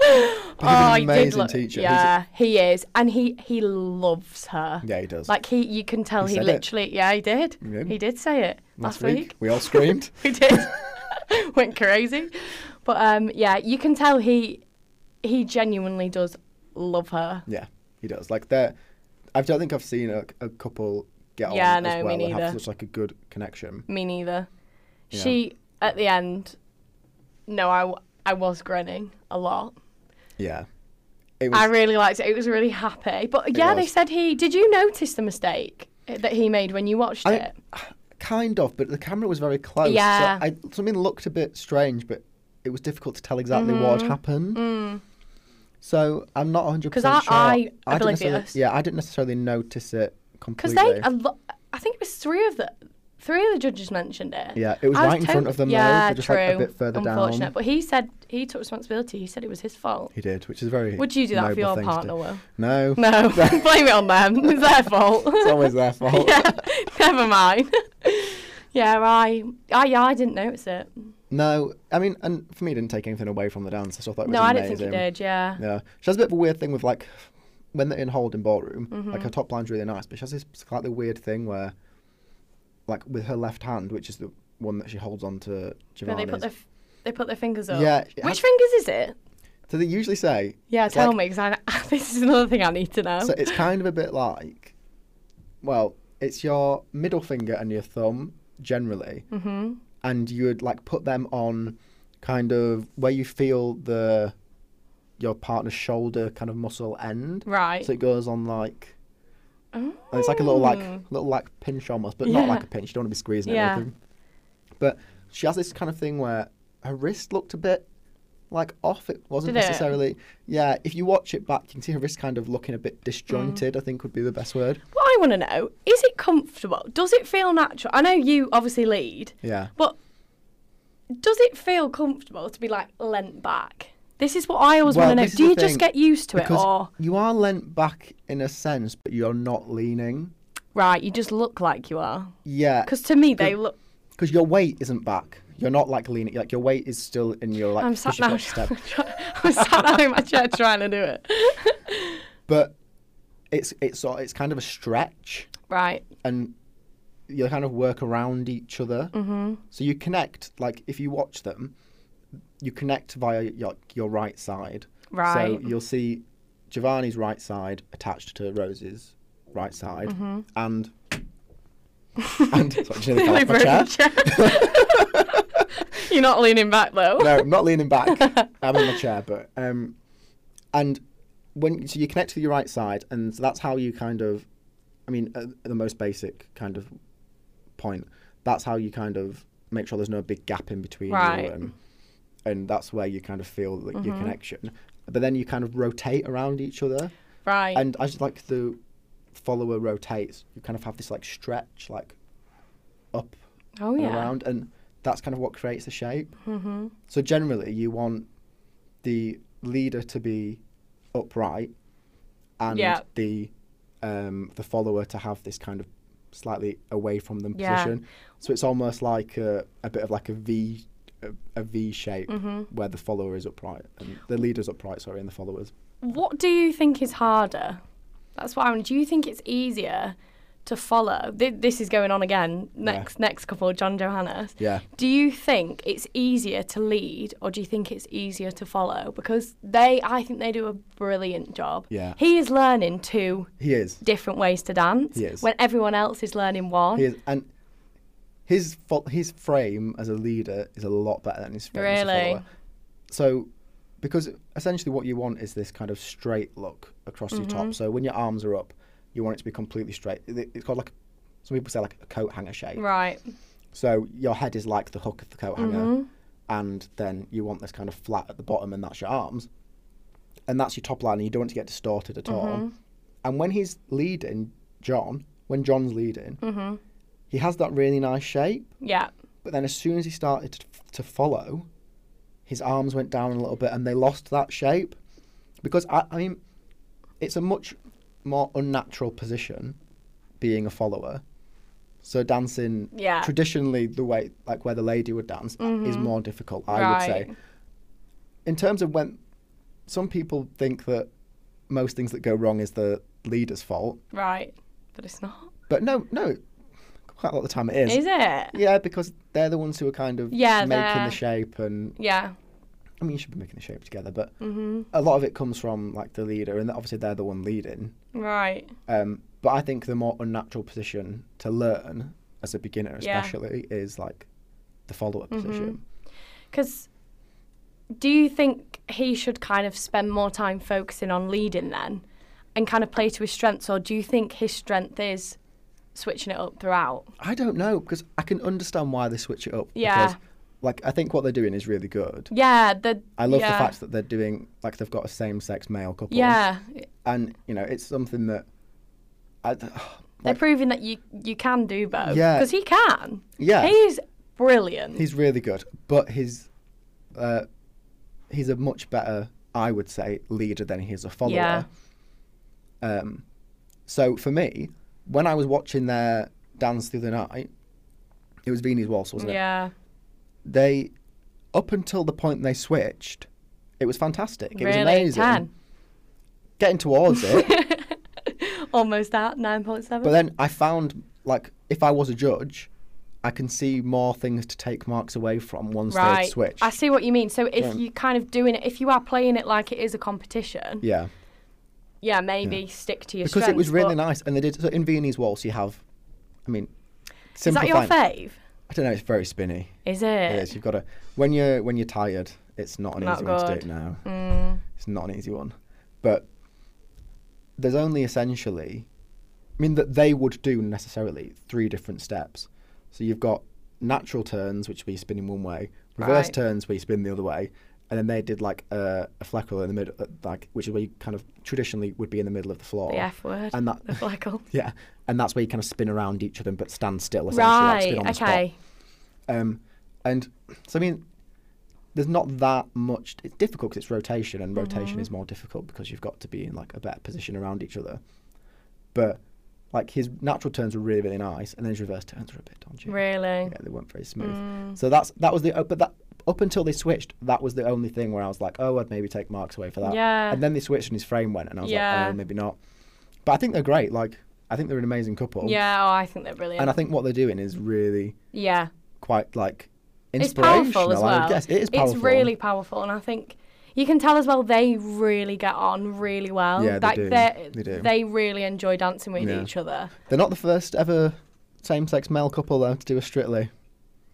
B: an
A: oh, he did
B: amazing
A: look.
B: teacher. He's-
A: Yeah, he is, and he he loves her.
B: yeah, he does.
A: Like he, you can tell he,
B: He said it.
A: literally. Yeah, he did.
B: He did.
A: He did say it last, week. (laughs)
B: we all screamed.
A: He did. (laughs) Went crazy, but um, yeah, you can tell he he genuinely does love her.
B: yeah, he does. Like that. I don't think I've seen a, a couple get on
A: Yeah,
B: as
A: no, me
B: well and have
A: neither.
B: such like a good connection.
A: Me neither.
B: Yeah.
A: She at the end. No, I w- I was grinning a lot.
B: Yeah. It was,
A: I really liked it. It was really happy. But yeah, they
B: was.
A: said he. Did you notice the mistake that he made when you watched
B: I-
A: it?
B: kind of, but the camera was very close.
A: Yeah.
B: So I, something looked a bit strange, but it was difficult to tell exactly what had happened. So I'm not 100%
A: Mm-hmm. Mm. Because I-
B: sure.
A: I-
B: didn't
A: oblivious.
B: necessarily- Yeah, I didn't necessarily notice it
A: Because they,
B: completely.
A: a lo- I think it was three of the three of the judges mentioned it.
B: Yeah, it was
A: I
B: right in front of them, though,
A: Yeah,
B: so just,
A: true.
B: like, a bit further down.
A: Unfortunate, but he said he took responsibility. He said it was his fault.
B: He did, which is very.
A: Would you do that for
B: noble
A: your
B: thing to
A: partner,
B: do. (laughs)
A: Will?
B: No,
A: No, (laughs) blame it on them. It's their fault. (laughs)
B: it's always their fault.
A: yeah, never mind. (laughs) yeah, I, I, yeah, I didn't notice it.
B: No, I mean, and for me, it didn't take anything away from the dance. I thought that was
A: no, I didn't think he
B: amazing.
A: did. Yeah.
B: Yeah, she has a bit of a weird thing with like when they're in Holden Ballroom,
A: Mm-hmm.
B: like her top line's really nice, but she has this slightly weird thing where, like, with her left hand, which is the one that she holds on to
A: But
B: Giovanni's.
A: they put their, f- they put their fingers up.
B: Yeah,
A: Which
B: it had-
A: fingers is it?
B: so they usually say,
A: Yeah,
B: It's
A: tell
B: like-
A: me 'cause me because (laughs) this is another thing I need to know.
B: so it's kind of a bit like, well, it's your middle finger and your thumb generally,
A: hmm
B: and you would like put them on, kind of where you feel the, your partner's shoulder kind of muscle end.
A: Right.
B: So it goes on like And it's like a little like
A: Mm.
B: little like pinch almost, but not
A: Yeah.
B: like a pinch. You don't want to be squeezing it or
A: Yeah.
B: anything. But she has this kind of thing where her wrist looked a bit like off. It wasn't
A: Did it?
B: necessarily. Yeah, if you watch it back, you can see her wrist kind of looking a bit disjointed.
A: Mm.
B: I think would be the best word.
A: What I want to know is it comfortable? Does it feel natural? I know you obviously lead,
B: Yeah.
A: but does it feel comfortable to be like leant back? This is what I always
B: Well,
A: want to know.
B: this is
A: Do
B: the
A: you
B: thing,
A: just get used to it,
B: because
A: or
B: you are lent back in a sense, but you're not leaning.
A: right? You just look like you are.
B: Yeah,
A: Because to me, they look.
B: because your weight isn't back. You're not like leaning. Like your weight is still in your like
A: I'm sat
B: push-up
A: now.
B: step.
A: (laughs) I'm sat now in my chair trying to do it.
B: But it's it's sort- it's kind of a stretch.
A: Right.
B: (laughs) and you kind of work around each other. Mm-hmm. So you connect, like if you watch them, you connect via your, your right side.
A: Right.
B: So you'll see Giovanni's right side attached to Rose's right side, and and sorry, Jenny fell
A: Nearly
B: off my chair.
A: broke your chair. (laughs) You're not leaning back though.
B: No, I'm not leaning back. I'm in my chair, but um, and when so you connect to your right side, and so that's how you kind of, I mean, at the most basic kind of point, that's how you kind of make sure there's no big gap in between you
A: Right.
B: and, and that's where you kind of feel like your connection. But then you kind of rotate around each other,
A: Right.
B: and as like the follower rotates, you kind of have this like stretch, like up
A: oh
B: and
A: yeah. Mm-hmm.
B: around, and that's kind of what creates the shape. So generally, you want the leader to be upright, and
A: Yeah.
B: the um, the follower to have this kind of slightly away from them
A: Yeah.
B: position. So it's almost like a, a bit of like a V a, a V shape
A: Mm-hmm.
B: where the follower is upright and the leader's upright, sorry, and the followers.
A: What do you think is harder? That's why. I mean, do you think it's easier to follow? Th- this is going on again. Next next couple, John Johannes.
B: Yeah.
A: Do you think it's easier to lead, or do you think it's easier to follow? Because they, I think they do a brilliant job.
B: Yeah.
A: He is learning two
B: He is.
A: different ways to dance
B: He is.
A: when everyone else is learning one.
B: He is. And his fo- his frame as a leader is a lot better than his frame as a
A: Really?
B: follower. So, because essentially what you want is this kind of straight look across your top. So when your arms are up, you want it to be completely straight. It- It's called like some people say like a coat hanger shape.
A: Right.
B: So your head is like the hook of the coat hanger, and then you want this kind of flat at the bottom, and that's your arms, and that's your top line, and you don't want it to get distorted at all. And when he's leading John, when John's leading, he has that really nice shape,
A: Yeah.
B: but then as soon as he started to, to follow, his arms went down a little bit, and they lost that shape, because I, I mean, it's a much more unnatural position, being a follower. So dancing
A: Yeah. Mm-hmm.
B: traditionally the way like where the lady would dance is more difficult i would say
A: Right.
B: in terms of when some people think that most things that go wrong is the leader's fault
A: Right. But it's not.
B: but no no quite a lot of the time it is,
A: Is it?
B: yeah because they're the ones who are kind of
A: Yeah,
B: making
A: they're-
B: the shape and
A: Yeah.
B: i mean you should be making the shape together but
A: Mm-hmm.
B: a lot of it comes from like the leader and obviously they're the one leading
A: Right.
B: Um, but I think the more unnatural position to learn as a beginner,
A: Yeah. Mm-hmm.
B: especially, is like the follow-up position.
A: Because do you think he should kind of spend more time focusing on leading then and kind of play to his strengths, or do you think his strength is switching it up throughout?
B: I don't know because I can understand why they switch it up.
A: Yeah.
B: Because, like I think what they're doing is really good.
A: Yeah. The,
B: I love
A: yeah,
B: the fact that they're doing like they've got a same-sex male couple.
A: Yeah.
B: And you know it's something that. I, (sighs) th-
A: They're proving that you you can do both.
B: Yeah.
A: Because he can.
B: Yeah.
A: He's brilliant.
B: he's really good, but he's, uh, he's a much better, I would say, leader than he is a follower.
A: yeah.
B: Um, so for me, when I was watching their dance the other night, it was Vini's Waltz, wasn't it?
A: Yeah.
B: They, up until the point they switched, it was fantastic. It was
A: really?
B: amazing.
A: Ten.
B: Getting towards
A: (laughs)
B: it,
A: Almost that. Nine point seven.
B: but then I found like if I was a judge, I can see more things to take marks away from once
A: Right.
B: they switch.
A: I see what you mean. So if
B: Yeah.
A: you kind of doing it, if you are playing it like it is a competition, yeah,
B: yeah,
A: maybe stick to your
B: because it was
A: strengths,
B: really
A: but-
B: nice, and they did. So in Viennese Waltz, you have, I mean,
A: Is that your
B: simplifying-
A: fave?
B: I don't know. It's very spinny.
A: Is
B: It
A: it?
B: is. You've got to when you're when you're tired. It's not an
A: Not
B: easy one to
A: good.
B: do now.
A: Mm,
B: It's not an easy one, but there's only essentially, I mean, that they would do necessarily three different steps. So you've got natural turns, which would be spinning one way, reverse
A: Right.
B: turns where you spin the other way, and then they did like a, a fleckle in the middle, uh, like which is where you kind of traditionally would be in the middle of the floor.
A: the F word.
B: And that,
A: the
B: (laughs)
A: flackle.
B: yeah, and that's where you kind of spin around each of them, but stand still essentially, like
A: Right.
B: spin on the spot.
A: Okay.
B: Um, and so, I mean, there's not that much. It's difficult because it's rotation, and
A: Mm-hmm.
B: rotation is more difficult because you've got to be in like a better position around each other. But like his natural turns were really, really nice, and then his reverse turns were a bit dodgy.
A: Really.
B: Yeah, they weren't very smooth.
A: Mm.
B: So that's that was the oh, but that up until they switched, that was the only thing where I was like, oh, I'd maybe take marks away for that.
A: Yeah.
B: And then they switched, and his frame went, and I was
A: Yeah.
B: like, oh, maybe not. But I think they're great. Like I think they're an amazing couple.
A: Yeah. Oh, I think they're brilliant.
B: And I think what they're doing is really
A: yeah.
B: quite like
A: It's
B: inspirational.
A: powerful as
B: I
A: well.
B: would guess it is powerful.
A: It's really powerful, and I think you can tell as well they really get on really well.
B: Yeah, they
A: like
B: do.
A: they're-
B: They do.
A: They really enjoy dancing with
B: Yeah.
A: each other.
B: They're not the first ever same-sex male couple though to do a Strictly.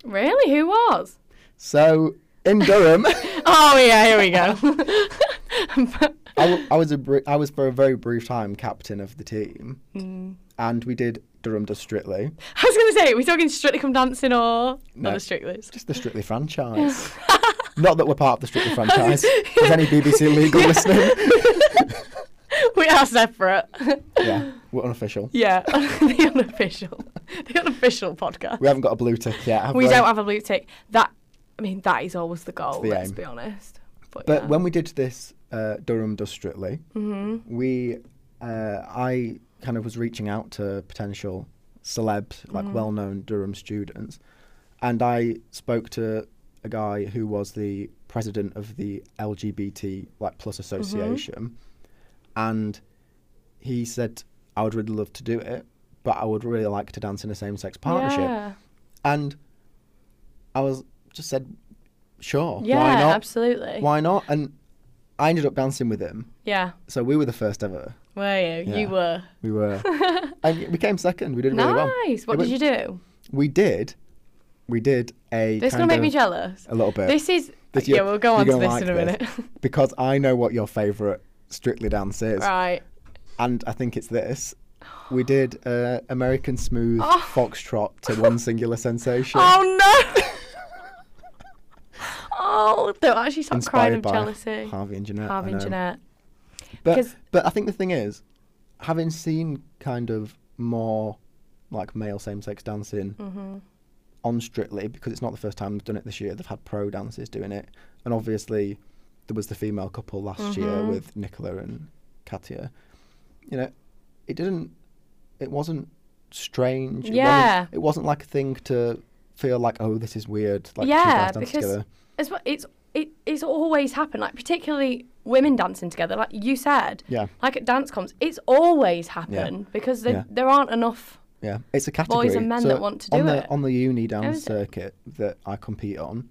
A: Really? Who was?
B: So in
A: (laughs)
B: Durham,
A: Oh yeah, here we (laughs) go.
B: I, w- I was a br- I was for a very brief time captain of the team,
A: Mm.
B: and we did Durham does Strictly,
A: I was gonna say, are we talking strictly come dancing or
B: No.
A: not the strictly?
B: just the Strictly franchise. (laughs) not that we're part of the
A: (laughs)
B: Strictly franchise. Is any BBC legal listening?
A: We are separate. (laughs)
B: yeah, we're unofficial.
A: yeah, (laughs) the unofficial, the unofficial podcast.
B: We haven't got a blue tick yet. Have
A: We
B: we
A: don't have a blue tick. That, I mean, that is always the goal.
B: the
A: let's
B: aim.
A: be honest. But,
B: But
A: yeah.
B: when we did this uh, Durham Does Strictly,
A: Mm-hmm.
B: we, uh, I kind of was reaching out to potential celebs, like
A: Mm-hmm.
B: well-known Durham students, and I spoke to a guy who was the
A: Mm-hmm.
B: president of the LGBT like plus association, and he said, I would really love to do it, but I would really like to dance in a same sex partnership.
A: Yeah.
B: And I was just said, sure,
A: Yeah,
B: why not?
A: absolutely.
B: Why not? And I ended up dancing with him.
A: Yeah.
B: So we were the first ever.
A: Were you?
B: Yeah.
A: You were. (laughs)
B: We were. and we came second. We did really well.
A: nice. What
B: Yeah,
A: did
B: but
A: you do?
B: We did. We did a.
A: This is
B: kind
A: gonna make
B: of-
A: me jealous.
B: A little bit.
A: This is.
B: This-
A: yeah,
B: you-
A: we'll go
B: you're
A: on to
B: gonna
A: this
B: like
A: in a minute.
B: (laughs) because I know what your favourite Strictly Dance is,
A: right.
B: and I think it's this. We did uh, American Smooth
A: Oh.
B: Foxtrot to
A: (laughs)
B: One Singular Sensation.
A: Oh no. (laughs) oh, don't actually stop crying
B: Inspired
A: of
B: by
A: jealousy.
B: Harvey and Jeanette. I
A: Harvey and
B: know.
A: Jeanette.
B: But,
A: 'Cause-
B: but I think the thing is, having seen kind of more like male same sex dancing
A: Mm-hmm.
B: on Strictly, because it's not the first time they've done it this year, they've had pro dancers doing it. And obviously, there was the female couple last year
A: Mhm.
B: with Nicola and Katia. You know, it didn't, it wasn't strange. It
A: Yeah.
B: wasn't, it wasn't like a thing to feel like, oh, this is weird. Like, two
A: Yeah,
B: guys dance
A: because-
B: together.
A: As well, it's it, it's always happened. Like particularly women dancing together, like you said.
B: Yeah.
A: Like at dance comps, it's always happened because there
B: Yeah.
A: there aren't enough.
B: Yeah, it's a category.
A: and men
B: So
A: that want to
B: on
A: do
B: the,
A: it.
B: On the uni dance
A: is it?
B: circuit that I compete on,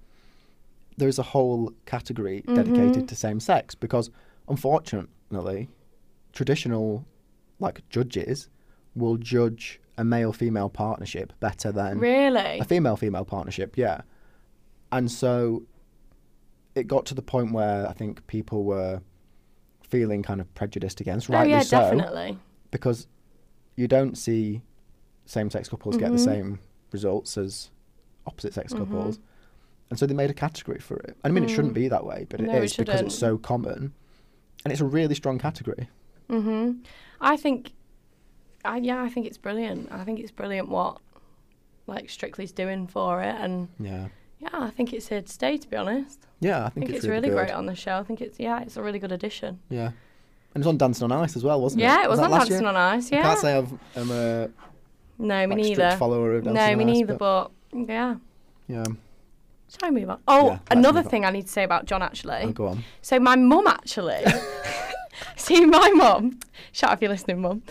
B: there is a whole category
A: Mm-hmm.
B: dedicated to same sex because, unfortunately, traditional like judges will judge a male-female partnership better than
A: Really.
B: a female-female partnership. Yeah, and so it got to the point where I think people were feeling kind of prejudiced against,
A: oh
B: rightly
A: yeah,
B: so
A: definitely.
B: because you don't see same-sex couples get the
A: Mm-hmm.
B: same results as opposite-sex couples, and so they made a category for it. And I mean, it shouldn't be that way, but it is
A: Mm. No, it
B: because it's so common, and it's a really strong category.
A: hmm I think, I, yeah, I think it's brilliant. I think it's brilliant what like Strictly's doing for it, and
B: Yeah,
A: yeah, I think it's here to stay. To be honest,
B: yeah, I
A: I
B: think,
A: think, it's, really,
B: good.
A: great on the show. I think it's yeah, it's a really good addition.
B: Yeah, and it was on Dancing on Ice as well, wasn't it?
A: Yeah, it was,
B: that
A: on
B: last
A: Dancing
B: year?
A: on Ice.
B: I
A: Yeah,
B: can't say I've, I'm a
A: no, me
B: like, strict
A: neither.
B: follower of Dancing
A: No,
B: on
A: me
B: Ice,
A: neither. But, yeah,
B: yeah,
A: shall we move on? Oh,
B: let's
A: another
B: move on.
A: thing I need to say about John actually.
B: oh, go on.
A: So my mum actually, (laughs) see my mum, shout out if you're listening,
B: (laughs)
A: mum.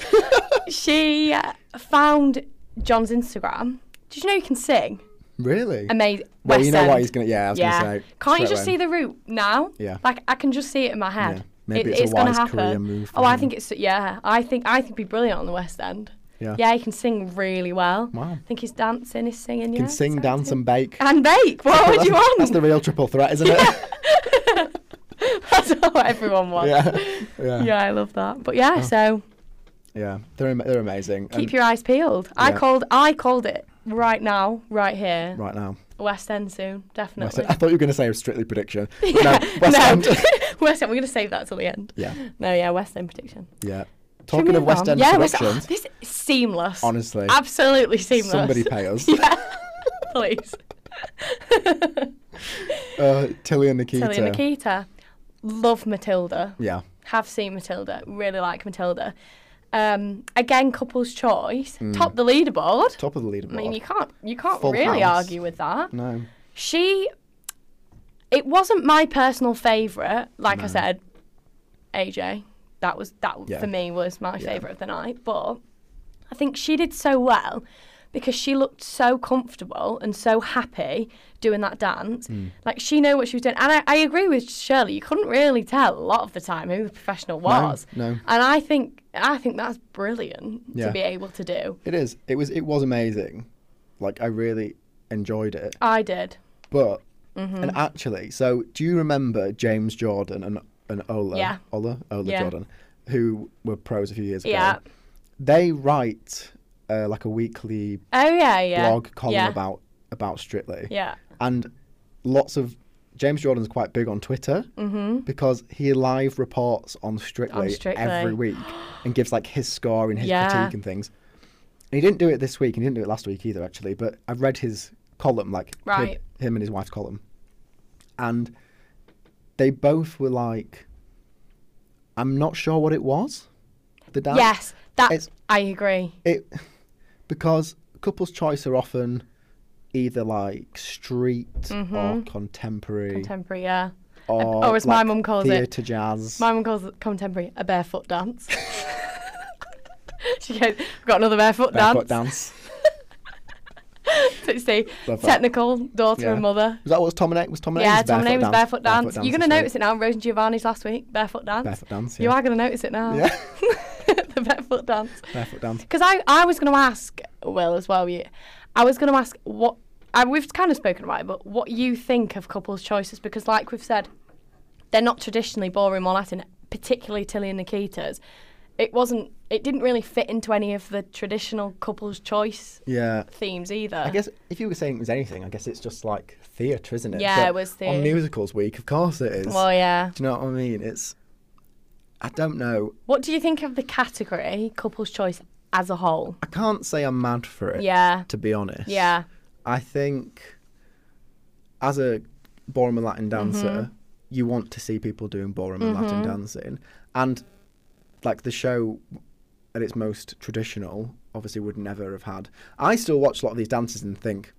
A: she uh, found John's Instagram. Did you know you can sing?
B: Really?
A: Amazing.
B: well,
A: West
B: you know
A: End.
B: what he's gonna. Yeah, I was
A: yeah.
B: gonna say.
A: Can't you
B: straight
A: just
B: away.
A: see the route now?
B: Yeah.
A: Like I can just see it in my head.
B: Yeah. Maybe
A: It-
B: it's a
A: gonna
B: wise
A: happen.
B: career move for
A: Oh, I
B: him.
A: think it's yeah. I think I think he'd be brilliant on the West End.
B: Yeah.
A: Yeah, he can sing really well.
B: Wow.
A: I think he's dancing, he's singing.
B: Can
A: yeah,
B: sing,
A: he's
B: dance,
A: acting.
B: and bake.
A: and bake. What would
B: That's-
A: you want?
B: That's the real triple threat, isn't it?
A: (laughs) That's what everyone wants. (laughs)
B: yeah, yeah,
A: Yeah,
B: yeah.
A: I love that. But yeah, so
B: They're am- they're amazing.
A: keep
B: And
A: your eyes peeled. I
B: yeah.
A: called I called it right now, right here.
B: right now.
A: West End soon,
B: West
A: definitely. (laughs)
B: End- I thought you were going to say a strictly prediction. But
A: Yeah,
B: No, West
A: (laughs)
B: End.
A: West End. We're gonna save that till the end.
B: yeah,
A: No, yeah, West End prediction.
B: yeah.
A: Should we
B: Talking of
A: move
B: West
A: on?
B: End
A: yeah, West- (laughs)
B: predictions,
A: oh, this is seamless.
B: honestly,
A: absolutely seamless. (laughs)
B: somebody pay us.
A: yeah, please. (laughs)
B: Uh, Tilly and Nikita.
A: Tilly and Nikita, love Matilda.
B: Yeah,
A: have seen Matilda, really like Matilda. Um, again, couple's choice, top the leaderboard.
B: Hmm. top of the
A: I mean, you
B: leaderboard.
A: can't you can't
B: Full
A: really
B: house.
A: argue with that.
B: No,
A: She, it wasn't my personal favourite. Like I said, AJ, that was that
B: Yeah.
A: for me was my
B: Yeah.
A: favourite of the night. But I think she did so well because she looked so comfortable and so happy doing that dance.
B: Mm.
A: Like she knew what she was doing, and I, I agree with Shirley. You couldn't really tell a lot of the time who the professional was.
B: no.
A: And I think I think that's brilliant
B: Yeah.
A: to be able to do.
B: it is. It was. It was amazing. Like I really enjoyed it.
A: I did.
B: But
A: Mm-hmm.
B: and actually, so do you remember James Jordan and and Ola?
A: Yeah.
B: Ola, Ola
A: Yeah.
B: Jordan, who were pros a few years ago.
A: Yeah.
B: They write uh, like a weekly
A: Oh yeah, yeah.
B: blog column
A: yeah.
B: about about Strictly.
A: Yeah.
B: And lots of James Jordan's quite big on Twitter because he live reports on Strictly,
A: Mm-hmm. On Strictly.
B: every week and gives like his score and his
A: Yeah.
B: critique and things. And he didn't do it this week. And he didn't do it last week either, actually. But I've read his column, like hi-
A: Right.
B: him and his wife's column, and they both were like, "I'm not sure what it was." The dance.
A: Yes, that
B: it's-
A: I agree.
B: It because couples' choice are often either like street or contemporary,
A: Mm-hmm. Contemporary, yeah.
B: or,
A: or as my
B: Oh, like
A: mum calls it,
B: theatre jazz.
A: My mum calls it contemporary a barefoot dance. (laughs) she goes, I've got another barefoot,
B: Barefoot
A: dance.
B: dance.
A: (laughs) so it's the
B: Love that.
A: technical daughter
B: Yeah.
A: and mother.
B: Was that what was Dominic? Was Dominic?
A: yeah, Tom Name was barefoot dance. You're going to notice
B: it.
A: it now. Rose and Giovanni's last week, barefoot dance.
B: Barefoot dance.
A: You
B: yeah.
A: are going to notice it now.
B: Yeah.
A: (laughs) the barefoot dance.
B: Barefoot dance.
A: Because I, I was going to ask Will as well. You, I was going to ask what I, we've kind of spoken about, it, but what you think of couples' choices? Because like we've said, they're not traditionally ballroom or Latin, particularly Tilly and Nikita's. It wasn't. It didn't really fit into any of the traditional couples' choice
B: Yeah.
A: themes either.
B: I guess if you were saying it was anything, I guess it's just like theatre, isn't it?
A: Yeah,
B: But
A: it was
B: On
A: theatre.
B: musicals week, of course it is.
A: Well, yeah.
B: Do you know what I mean? It's. I don't know.
A: What do you think of the category couples' choice as a whole?
B: I can't say I'm mad for it.
A: Yeah.
B: To be honest.
A: Yeah.
B: I think as a ballroom and Latin
A: Mm-hmm.
B: dancer, you want to see people doing ballroom and Latin dancing. And like the show at its most traditional, obviously would never have had. I still watch a lot of these dances and think,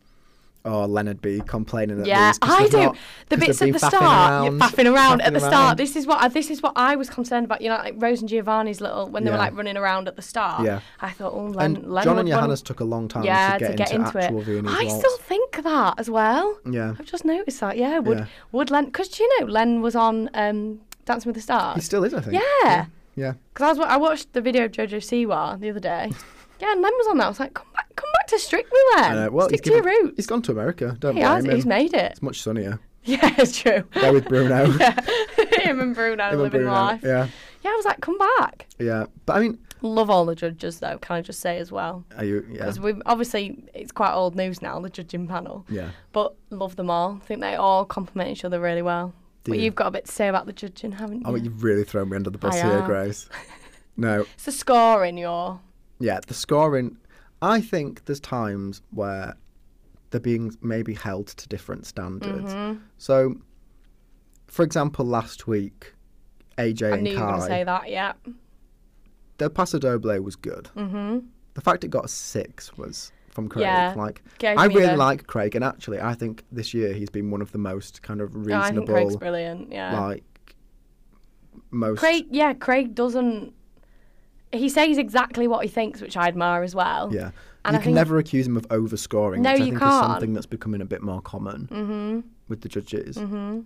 B: oh, Leonard B complaining at
A: Yeah,
B: these 'cause
A: I
B: they've
A: do.
B: not-
A: the
B: 'cause
A: bits
B: they've
A: at
B: been
A: the
B: faffing
A: start, you're faffing around at the
B: faffing
A: start.
B: around.
A: This is what I, this is what I was concerned about. You know, like Rose and Giovanni's little when they
B: Yeah.
A: were like running around at the start.
B: Yeah.
A: I thought, oh, Len,
B: and John and
A: Lenwood won.
B: Johannes took a long time
A: yeah,
B: to get, into, actual
A: it.
B: Viennese
A: I
B: waltz.
A: still think that as well.
B: Yeah.
A: I've just noticed that. Yeah, would
B: Yeah.
A: would Len? Because do you know Len was on um, Dancing with the
B: He
A: Stars.
B: still is, I think.
A: Yeah,
B: Yeah.
A: because I was wa- I watched the video of JoJo Siwa the other
B: (laughs)
A: day. yeah, and Len was on that. I was like, come back, come back to Strictly, Len.
B: And, uh, well,
A: Stick to
B: he's
A: your
B: given-
A: roots.
B: He's gone to America. Don't
A: He
B: blame
A: has.
B: him.
A: He's made it. (laughs)
B: it's much sunnier.
A: Yeah, it's true.
B: There with
A: (laughs)
B: Bruno.
A: Him and Bruno
B: Him and
A: living
B: Bruno.
A: life.
B: Yeah,
A: Yeah, I was like, come back.
B: yeah. But I mean,
A: Love all the judges, though. Can I just say as well?
B: are you? Yeah,
A: Because we've obviously it's quite old news now, the judging panel.
B: yeah.
A: But love them all. I think they all complement each other really well.
B: Do
A: but
B: you?
A: you've got a bit to say about the judging, haven't you?
B: Oh, you've really thrown me under the bus
A: I
B: here,
A: have. (laughs)
B: Grace. No,
A: It's the score in your.
B: yeah. The scoring. I think there's times where they're being maybe held to different standards.
A: Mm-hmm.
B: So, for example, last week, AJ
A: I
B: and
A: knew you were going to say
B: Kai,
A: that. Yeah.
B: the Paso Doble was good. Mm-hmm. The fact it got a six was from Craig.
A: Yeah.
B: Like,
A: Gave
B: I
A: me
B: really
A: the-
B: like Craig, and actually, I think this year he's been one of the most kind of
A: No, I think
B: reasonable.
A: Craig's brilliant. Yeah.
B: like most
A: Craig, yeah, Craig doesn't. He says exactly what he thinks, which I admire as well.
B: yeah
A: and
B: you
A: I
B: can
A: think-
B: never accuse him of overscoring
A: No,
B: which
A: you
B: i think is
A: can't. Mm-hmm.
B: something that's becoming a bit more common with the judges mm-hmm.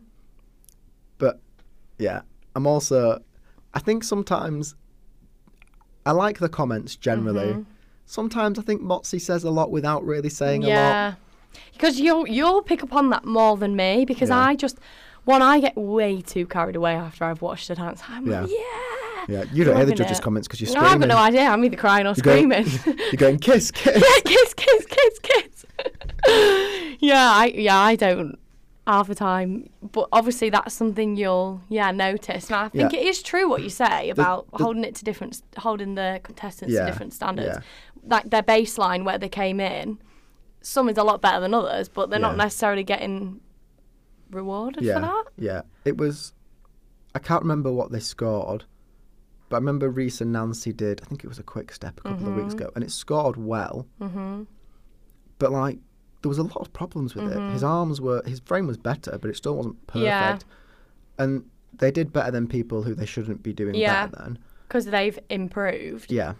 B: but yeah i'm also i think sometimes i like the comments generally
A: Mm-hmm.
B: sometimes i think motzi says a lot without really saying a lot
A: yeah. Because you'll you'll pick up on that more than me because
B: Yeah.
A: I just one I get way too carried away after I've watched a dance. I'm like,
B: Yeah.
A: yeah.
B: yeah you don't hear the
A: Loving
B: judges
A: it.
B: comments because you're
A: No,
B: screaming
A: I've got no idea. I'm either crying or
B: You're going-
A: screaming. (laughs)
B: (laughs) you're going kiss kiss
A: yeah, kiss, kiss, kiss, kiss. (laughs) yeah, I yeah I don't half the time, but obviously that's something you'll yeah notice. And I think
B: Yeah.
A: it is true what you say about
B: the-
A: holding it to different, st- holding the contestants
B: Yeah,
A: to different standards.
B: yeah.
A: Like their baseline where they came in, some is a lot better than others, but they're not
B: Yeah.
A: necessarily getting rewarded
B: yeah,
A: for that.
B: Yeah. It was I can't remember what they scored, but I remember Reese and Nancy did I think it was a quick step a couple of
A: Mm-hmm.
B: weeks ago and it scored well. Mm-hmm. But like there was a lot of problems with it. His arms were his frame was better, but it still wasn't
A: Mm-hmm.
B: perfect.
A: Yeah.
B: And they did better than people who they shouldn't be doing
A: Yeah.
B: better than.
A: Because they've improved,
B: Yeah.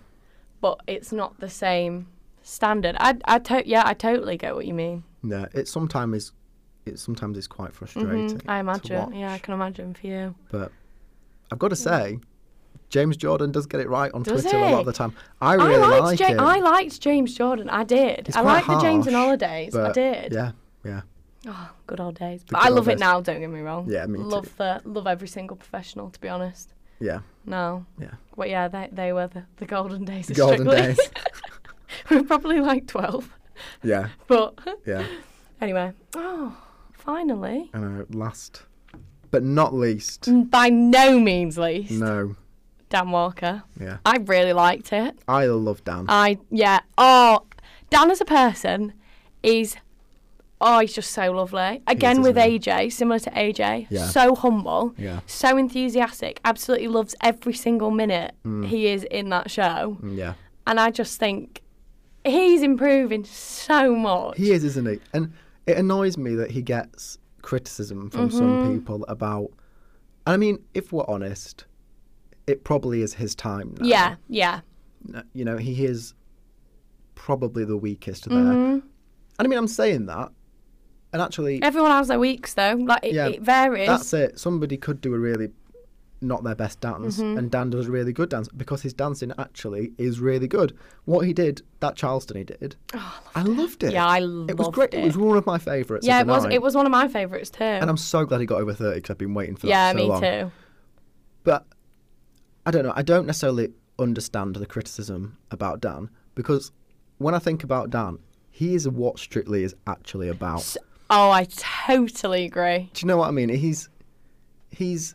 A: but it's not the same standard. I I to- yeah I totally get what you mean.
B: No. It sometimes is it sometimes is quite frustrating.
A: Mm-hmm. I
B: to
A: imagine. Yeah, I
B: watch.
A: can imagine for you.
B: But I've got to say, James Jordan does get it right on
A: Hmm. Does
B: Twitter a lot
A: he?
B: of the time. I really
A: I liked
B: like
A: Ja-
B: him.
A: I liked James Jordan. I did.
B: He's
A: I
B: quite
A: liked the James and
B: harsh,
A: Holidays. I
B: but
A: did.
B: Yeah, yeah,
A: Oh, good old days.
B: The
A: But I
B: good old
A: love it
B: days.
A: now. Don't get me wrong.
B: Yeah, me too.
A: love the love every single professional. To be honest,
B: yeah.
A: no.
B: Yeah.
A: But yeah, they they were the, the golden days.
B: The
A: of
B: golden
A: Strictly.
B: days.
A: (laughs) we were probably like twelve,
B: yeah,
A: but
B: yeah.
A: (laughs) anyway. Oh, finally.
B: And uh, last, but not least,
A: By no means least,
B: no,
A: Dan Walker.
B: yeah.
A: I really liked it.
B: I love Dan.
A: I yeah. Oh, Dan as a person is oh he's just so lovely. Again with
B: isn't he?
A: AJ, similar to AJ,
B: Yeah.
A: so humble,
B: Yeah.
A: so enthusiastic. Absolutely loves every single minute he is in that show,
B: Mm, yeah,
A: and I just think he's improving so much.
B: he is, isn't he? And it annoys me that he gets criticism from
A: Mm-hmm.
B: some people about. And I mean, if we're honest, it probably is his time now.
A: yeah, yeah,
B: you know, he is probably the weakest there.
A: Mhm.
B: And I mean, I'm saying that, and actually,
A: Everyone has their weeks though. Like it,
B: Yeah.
A: it varies.
B: that's it. Somebody could do a really not their best dance,
A: Mm-hmm.
B: and Dan does a really good dance because his dancing actually is really good. What he did, that Charleston he did, I loved it.
A: Yeah, Oh, I
B: It was
A: loved
B: great.
A: it.
B: was one of my favourites.
A: yeah,
B: of
A: it
B: the
A: was.
B: night.
A: It was one of my favourites too.
B: And I'm so glad he got over thirty because I've been waiting for
A: yeah,
B: that so
A: me
B: long.
A: too.
B: But I don't know. I don't necessarily understand the criticism about Dan because when I think about Dan, he is what Strictly is actually about.
A: Oh, I totally agree.
B: Do you know what I mean? He's he's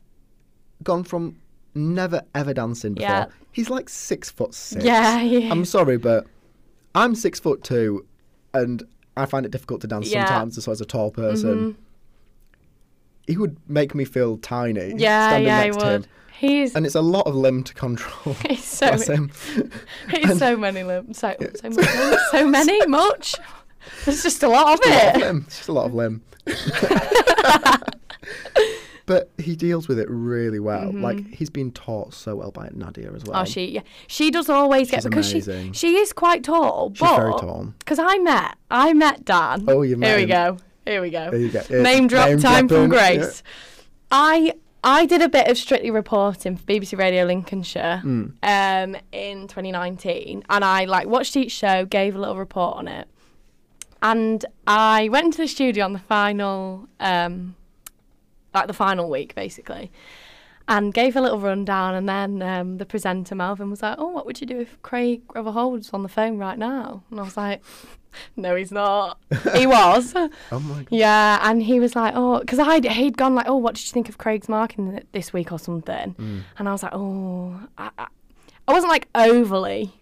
B: gone from never ever dancing before.
A: Yeah.
B: He's like six foot six.
A: Yeah, yeah.
B: I'm sorry, but I'm six foot two, and I find it difficult to dance
A: Yeah. Mm-hmm.
B: sometimes. So as a tall person, he would make me feel tiny.
A: Yeah,
B: standing
A: yeah, he
B: next to him.
A: would. He's
B: And it's a lot of limb to
A: (laughs)
B: control. (laughs)
A: he's so
B: Bless him.
A: he's so many limbs. So so, much lim- so
B: (laughs)
A: many much. There's just a lot of
B: lot of
A: it.
B: limb. It's just a lot of
A: (laughs)
B: limb. but he deals with it really well. Like he's been taught so well by Nadia as well.
A: Mm-hmm. Oh, she yeah. she does always get
B: She's
A: because she
B: amazing.
A: she is quite tall.
B: She's
A: but,
B: very tall.
A: Because I met I met Dan.
B: Oh, you met
A: Here we
B: him.
A: go. Here we go.
B: There you go. Yeah,
A: Name drop
B: name
A: time from
B: dropping.
A: Grace. I I did a bit of strictly reporting for BBC Radio Lincolnshire
B: Hmm.
A: um, in 2019, and I like watched each show, gave a little report on it, and I went into the studio on the final, um, like the final week basically, and gave a little rundown, and then um, the presenter Melvin was like, "Oh, what would you do if Craig Rutherhold's on the phone right now?" And I was like, (laughs) "No, he's
B: (laughs)
A: not. he was."
B: Oh my god.
A: Yeah, and he was like, oh, because I he'd gone like, oh, what did you think of Craig's marking th- this week or something?
B: Mm.
A: And I was like, oh, I, I, I wasn't like overly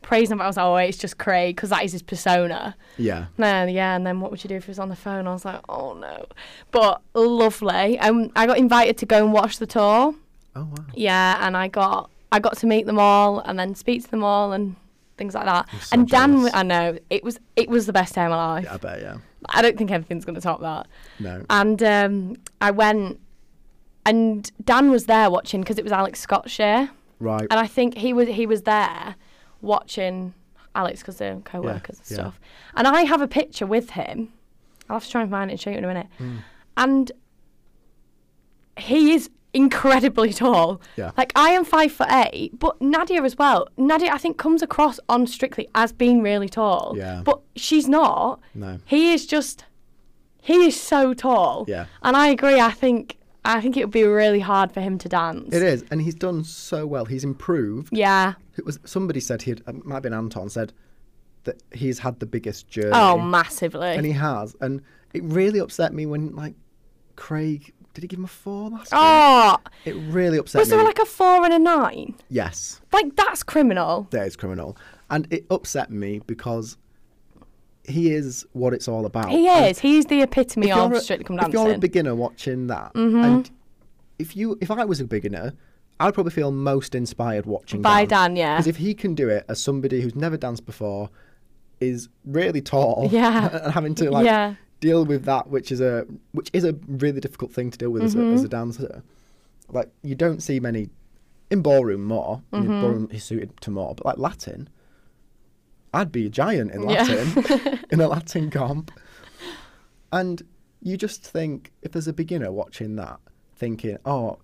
A: praising, him, but I was like, oh, it's just Craig because that is his persona.
B: Yeah.
A: No, yeah, and then what would you do if he was on the phone? I was like, oh no, but lovely. Um, I got invited to go and watch the tour.
B: Oh wow.
A: Yeah, and I got I got to meet them all and then speak to them all and things like that.
B: so
A: and Dan,
B: jealous.
A: w- I know it was it was the best day of my life.
B: I bet. Yeah.
A: I don't think anything's going to top that.
B: No.
A: And um, I went, and Dan was there watching because it was Alex Scott share,
B: right.
A: and I think he was he was there watching Alex because they're co-workers
B: yeah.
A: and stuff. And I have a picture with him. I'll have to try and find it and show you in a minute.
B: Hmm.
A: And he is incredibly (laughs) tall.
B: Yeah.
A: Like I am five foot eight, but Nadia as well. Nadia I think comes across on Strictly as being really tall.
B: Yeah.
A: But she's not.
B: No.
A: He is just he is so tall.
B: Yeah.
A: And I agree, I think I think it would be really hard for him to dance.
B: It is, and he's done so well. He's improved.
A: Yeah.
B: It was somebody said he had. It might have been Anton said that he's had the biggest journey.
A: Oh, massively.
B: and he has, and it really upset me when like Craig did he give him a four last week?
A: oh,
B: It really upset
A: was
B: me.
A: there like a four and a nine?
B: yes,
A: Like that's criminal.
B: that is criminal, and it upset me because he is what it's all about.
A: He is. He's the epitome
B: If
A: of
B: you're a-
A: Strictly Come
B: If you're a
A: Dancing. Mm-hmm.
B: beginner watching that, and if you, if I was a beginner, I'd probably feel most inspired watching
A: By Dan, yeah.
B: Because if he can do it as somebody who's never danced before, is really tall,
A: (laughs) Yeah.
B: (laughs) and having to like
A: Yeah.
B: deal with that, which is a which is a really difficult thing to deal with as, a,
A: Mm-hmm.
B: as a dancer. Like you don't see many in ballroom more. I mean,
A: Mm-hmm.
B: ballroom is suited to more, but like Latin. I'd be a giant in
A: Yeah.
B: Latin,
A: (laughs)
B: in a Latin comp. And you just think, if there's a beginner watching that, thinking, oh,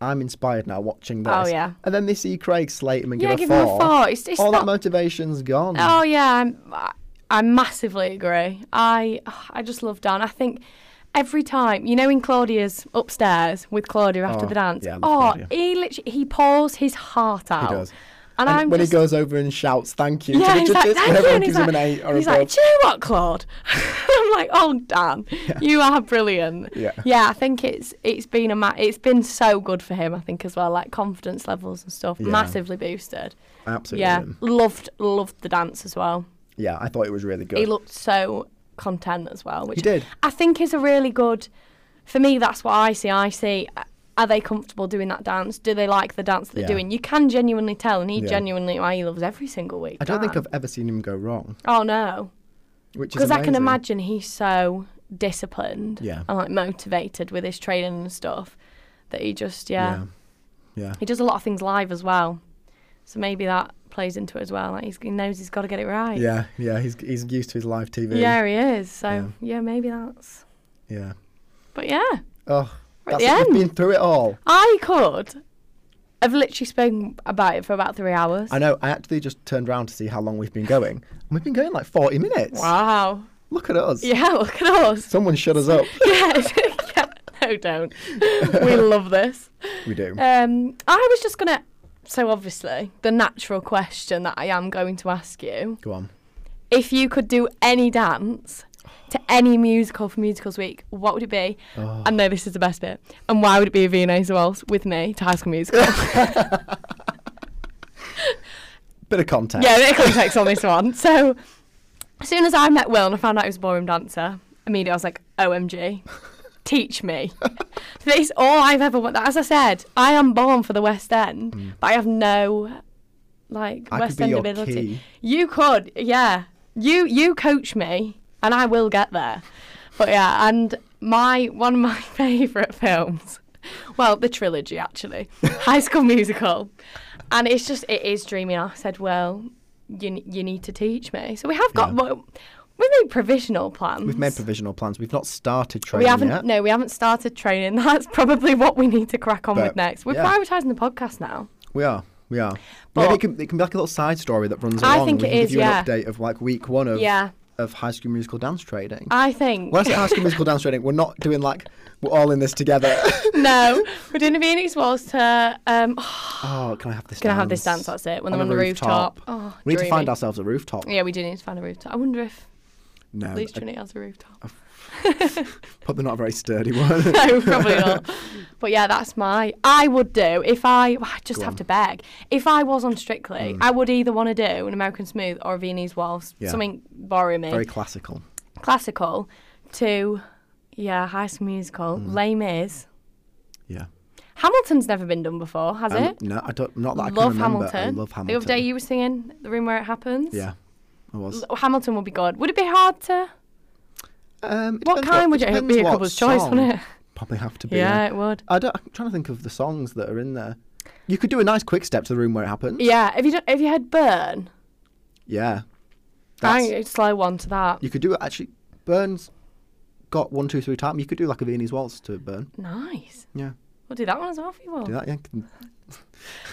B: I'm inspired now watching this.
A: Oh, yeah.
B: And then they see Craig slate him and
A: Yeah,
B: give,
A: give him a four. It's- it's
B: All that
A: not-
B: motivation's gone.
A: Oh yeah, I'm, I- I massively agree. I I just love Dan. I think every time, you know, in Claudia's upstairs with Claudia after
B: Oh,
A: the dance.
B: yeah, I love
A: oh,
B: Claudia.
A: he literally he pours his heart out.
B: does.
A: And,
B: And
A: I'm
B: when
A: just,
B: he goes over and shouts, thank you
A: (laughs) yeah,
B: to the
A: he's like,
B: judges,
A: thank
B: and
A: you.
B: everyone
A: And he's
B: gives
A: like,
B: him an eight or
A: he's
B: a
A: like,
B: above.
A: do you know what, Claude? (laughs) I'm like, oh, Dan, you are brilliant.
B: Yeah.
A: yeah, I think it's it's been a ma- it's been so good for him. I think as well, like confidence levels and stuff,
B: Yeah.
A: massively boosted.
B: Absolutely.
A: Yeah,
B: Yeah.
A: loved loved the dance as well.
B: I thought it was really good.
A: He looked so content as well, which
B: He did.
A: I think is a really good. For me, that's what I see. I see. uh, Are they comfortable doing that dance? Do they like the dance that they're
B: Yeah.
A: doing? You can genuinely tell, and he
B: Yeah.
A: genuinely why he loves every single week.
B: I don't think
A: Dan.
B: I've ever seen him go wrong,
A: Oh no,
B: which is
A: because I can
B: amazing.
A: imagine he's so disciplined
B: Yeah.
A: and like motivated with his training and stuff that he just yeah,
B: Yeah. Yeah.
A: he does a lot of things live as well. So maybe that plays into it as well. Like he's, he knows he's got to get it right.
B: Yeah, yeah. He's he's used to his live TV.
A: Yeah, he is. So
B: Yeah.
A: yeah, maybe that's.
B: Yeah.
A: But yeah,
B: Oh,
A: We're at the
B: that's it.
A: end.
B: We've been through it all.
A: I could. I've literally spoken about it for about three hours.
B: I know. I actually just turned around to see how long we've been going. And we've been going like 40 minutes.
A: Wow.
B: Look at us.
A: Yeah, (laughs) look at us.
B: Someone
A: (laughs)
B: shut us up.
A: yes. yeah. No, don't.
B: (laughs)
A: we love this.
B: we do.
A: Um, I was just gonna. So obviously, the natural question that I am going to ask you:
B: Go on.
A: if you could do any dance to any musical for Musicals Week, what would it be?
B: Oh.
A: I know this is the best bit, and why would it be a Viennese waltz with me to High School Musical?
B: (laughs) Bit of context.
A: yeah, a bit of context on this one. So, as soon as I met Will and I found out he was a ballroom dancer, immediately I was like, OMG, teach
B: (laughs)
A: me. this all I've ever wanted. As I said, I am born for the West End, but I have no like
B: Mm. I could
A: West
B: be
A: End
B: your
A: ability.
B: key.
A: You could, yeah. You you coach me, and I will get there. But yeah, and my one of my (laughs) favourite films, well, the trilogy
B: (laughs)
A: actually, High School Musical, and it's just it is dreamy. And I said, well, you ne- you need to teach me. So we have got
B: Yeah.
A: what we made provisional plans.
B: We've made provisional plans. We've not started
A: We
B: training
A: haven't.
B: yet.
A: No, we haven't started training. (laughs) That's probably what we need to crack on
B: But,
A: with next. We're
B: yeah.
A: prioritising the podcast now.
B: We are. We are.
A: But-
B: Maybe it can, it can be like a little side story that runs
A: I
B: along.
A: think
B: we
A: it
B: can
A: is,
B: give you
A: yeah.
B: an update of like week one of
A: Yeah.
B: of High School Musical dance training.
A: I think. (laughs)
B: when I say High School Musical dance training, we're not doing like we're all in this together. (laughs)
A: no, we're doing a Phoenix Walls to. Um,
B: oh, can I have this?
A: Gonna
B: dance?
A: have this dance, that's it, when
B: on
A: they're
B: a
A: on the
B: rooftop.
A: rooftop. Oh,
B: we need to
A: dreamy.
B: find ourselves a rooftop.
A: yeah, we do need to find a rooftop. I wonder if
B: No,
A: at least
B: uh,
A: Trinity has a rooftop.
B: (laughs) probably not a very
A: (laughs)
B: sturdy one.
A: no, probably not. But yeah, that's my. I would do if I. (sighs) I just
B: Go
A: have
B: on. Mm.
A: to beg. If I was on Strictly, I would either want to do an American Smooth or a Viennese Waltz,
B: Yeah.
A: something borrowing
B: very classical.
A: classical, to yeah, High School Musical,
B: Mm.
A: Les Mis.
B: Yeah.
A: Hamilton's never been done before, has
B: Um,
A: it?
B: No, I don't. Not that I can
A: love
B: remember.
A: Hamilton.
B: I love Hamilton.
A: The other day you were singing the room where it happens.
B: Yeah, I was.
A: L- Hamilton would be good. Would it be hard to?
B: Um, it
A: What
B: depends
A: kind would
B: it
A: it
B: depends
A: be? A
B: what
A: couple's choice,
B: song.
A: wouldn't it?
B: Probably have to
A: (laughs)
B: be.
A: Yeah, it would.
B: I don't, I'm trying to think of the songs that are in there. You could do a nice quick step to the room where it happened.
A: Yeah, if you don't, if you had burn,
B: Yeah.
A: I
B: That's,
A: think it's slow one to that.
B: you could do it actually. Burns got one, two, three time. You could do like a Viennese waltz to Burn.
A: Nice.
B: Yeah.
A: We'll do that one as well if you want.
B: Do that. Yeah.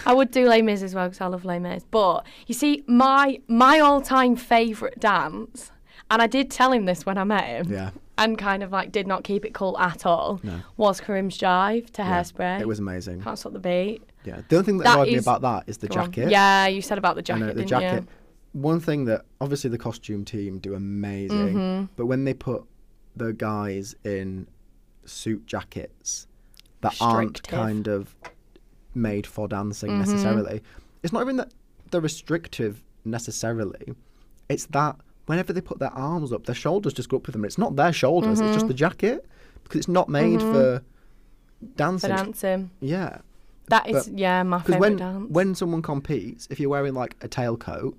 A: I would do Les Mis as well because I love Les Mis. But you see, my my all time favourite dance, and I did tell him this when I met him,
B: Yeah.
A: and kind of like did not keep it cool at all,
B: No.
A: was Karim's Jive to
B: Yeah.
A: Hairspray.
B: It was amazing.
A: Can't stop the beat.
B: Yeah. The only thing that,
A: That
B: annoyed me
A: is-
B: about that is the
A: Go on.
B: jacket.
A: Yeah, you said about the
B: I
A: jacket.
B: know, the
A: didn't
B: jacket.
A: You?
B: One thing that obviously the costume team do amazing,
A: Mm-hmm.
B: but when they put the guys in suit jackets that aren't
A: Restrictive.
B: kind of made for dancing
A: Mm-hmm.
B: necessarily, it's not even that they're restrictive necessarily. It's that whenever they put their arms up, their shoulders just go up with them. It's not their shoulders; it's
A: Mm-hmm.
B: just the jacket because it's not made for
A: For
B: dancing.
A: dancing.
B: yeah.
A: That is, yeah, my
B: Because
A: favourite
B: when
A: dance.
B: when someone competes, if you're wearing like a tailcoat,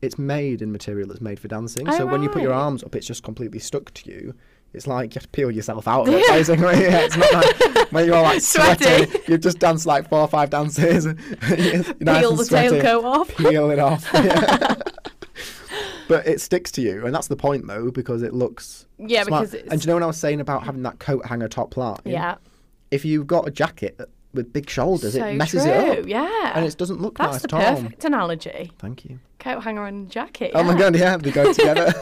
B: it's made in material that's made for dancing.
A: Oh,
B: so when you put your
A: right.
B: arms up, it's just completely stuck to you. It's like you have to peel yourself out
A: (laughs)
B: of it. Basically, yeah, it's not like when you're all like
A: Sweaty.
B: sweating. You've just danced like four or five dances. (laughs) and you're nice
A: Peel
B: and
A: the
B: sweaty.
A: tailcoat off.
B: (laughs) Peel
A: (laughs)
B: it off. yeah. but it sticks to you, and that's the point though, because it looks.
A: Yeah,
B: smart.
A: because it's-
B: and do you know when I was saying about having that coat hanger top line?
A: Yeah.
B: If you've got a jacket with big shoulders,
A: so
B: it messes
A: true.
B: it up
A: Yeah.
B: and it doesn't look
A: That's
B: nice
A: the
B: at all.
A: perfect analogy.
B: Thank you.
A: Coat hanger and jacket.
B: Oh my
A: yeah.
B: god, yeah, they go together.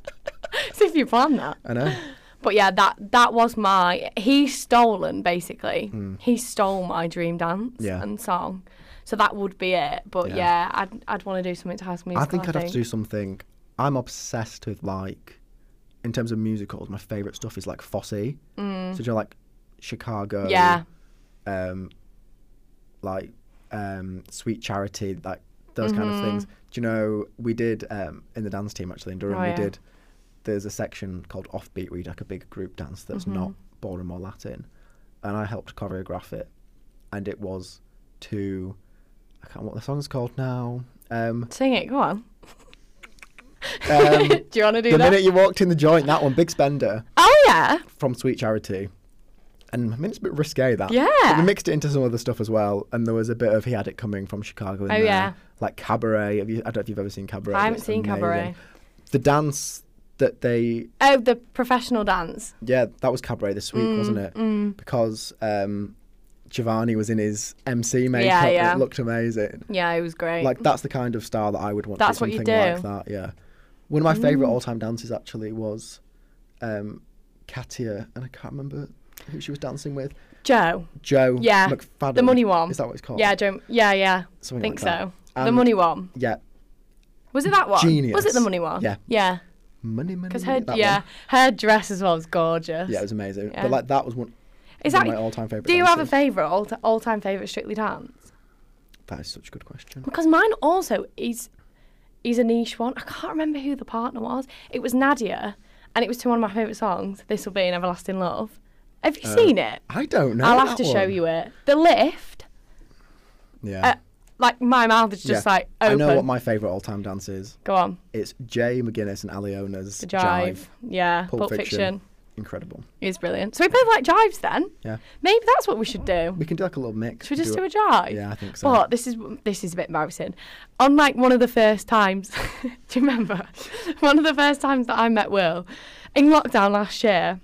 A: (laughs) See if you plan that.
B: I know.
A: But yeah, that that was my. He's stolen basically. He stole my dream dance
B: Hmm. Yeah.
A: and song. So that would be it. But
B: Yeah.
A: yeah, I'd I'd want to do something to House Musical.
B: I think I'd have to do something. I'm obsessed with like, in terms of musicals, my favourite stuff is like Fosse. Mm. So you're like Chicago.
A: Yeah.
B: Um, like um, Sweet Charity, like those kind
A: Mm-hmm.
B: of things. Do you know we did um, in the dance team actually in Durham?
A: Oh,
B: we
A: yeah.
B: did. There's a section called Offbeat. We do like a big group dance that's
A: Mm-hmm.
B: not ballroom or Latin, and I helped choreograph it, and it was to I can't remember what the song's called now. Um,
A: Sing it. Go on. (laughs)
B: um,
A: do you want to do
B: the
A: that?
B: minute you walked in the joint, that one, Big Spender
A: oh yeah.
B: from Sweet Charity. and I mean, it's a bit risque that.
A: Yeah.
B: But they mixed it into some other stuff as well, and there was a bit of he had it coming from Chicago. In
A: Oh,
B: there.
A: yeah.
B: Like cabaret. Have you, I don't know if you've ever seen cabaret.
A: I haven't
B: It's
A: seen Cabaret.
B: The dance that they
A: Oh, the professional dance.
B: yeah that was cabaret this
A: Mm,
B: week wasn't it? Because um, Giovanni was in his MC makeup. and
A: yeah.
B: It looked amazing.
A: Yeah, it was great.
B: Like that's the kind of style that I would want.
A: That's
B: to
A: what
B: do
A: you
B: something
A: do. Mm.
B: like that. Yeah. One of my favorite all-time dances actually was um, Katia, and I can't remember who she was dancing with.
A: Joe.
B: Joe
A: Yeah,
B: McFadden.
A: the money one.
B: Is that what it's called?
A: Yeah, Joe. Yeah, yeah.
B: Something
A: think
B: like
A: so.
B: that.
A: the
B: Um,
A: money one.
B: Yeah.
A: Was it that one? Was it
B: Genius.
A: the money one?
B: Yeah.
A: Yeah.
B: Money, money.
A: Because her,
B: money, that
A: yeah,
B: one.
A: her dress as well is gorgeous.
B: Yeah, it was amazing.
A: Yeah.
B: But like that was one,
A: Is
B: one
A: that-
B: of my all-time favorite.
A: Do you have a favorite all t- all time favorite Strictly Dance?
B: That is such a good question.
A: Because mine also is is a niche one. I can't remember who the partner was. It was Nadia, and it was to one of my favorite songs. This will be an everlasting love. Have you seen it?
B: I don't know.
A: I'll have
B: Uh, that
A: to show
B: one.
A: you it. The lift,
B: Yeah.
A: uh, like my mouth is
B: Yeah.
A: just like open.
B: I know what my favorite all-time dance is.
A: Go on,
B: It's Jay McGuinness and Aliona's
A: the jive. Yeah, Pulp, Fiction.
B: Incredible.
A: is brilliant. So we both like jives then.
B: Yeah.
A: Maybe that's what we should do.
B: We can do like a little mix.
A: Should we just do a jive?
B: Yeah, I think so.
A: But this is this is a bit embarrassing. On like one of the first times, (laughs) do you remember? one of the first times that I met Will in lockdown last year,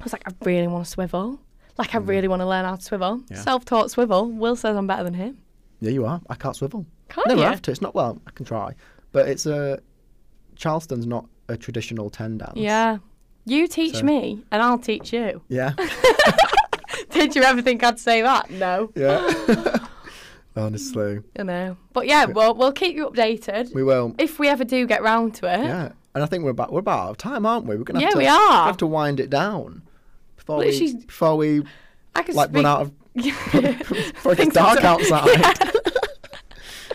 A: I was like, I really want to swivel. Like I really want to learn how to swivel.
B: Mm-hmm. Yeah.
A: Self-taught swivel. Will says I'm better than him.
B: Yeah, you are. I can't swivel.
A: Can't
B: Never
A: you?
B: have to. It's not well. I can try, but it's a Charleston's not a traditional ten dance.
A: Yeah. You teach
B: So-
A: me, and I'll teach you. (laughs)
B: Yeah.
A: Did you ever think I'd say that? No.
B: Yeah. (laughs) Honestly,
A: I know. But yeah, well, we'll keep you updated
B: we will.
A: if we ever do get round to it.
B: Yeah, and I think we're about we're about out of time, aren't we? We're gonna have
A: Yeah,
B: to,
A: we are.
B: gonna have to wind it down before we
A: Literally-
B: before we
A: I could
B: like
A: speak.
B: run out of
A: (laughs)
B: before it gets
A: Things
B: dark
A: are-
B: outside. Yeah.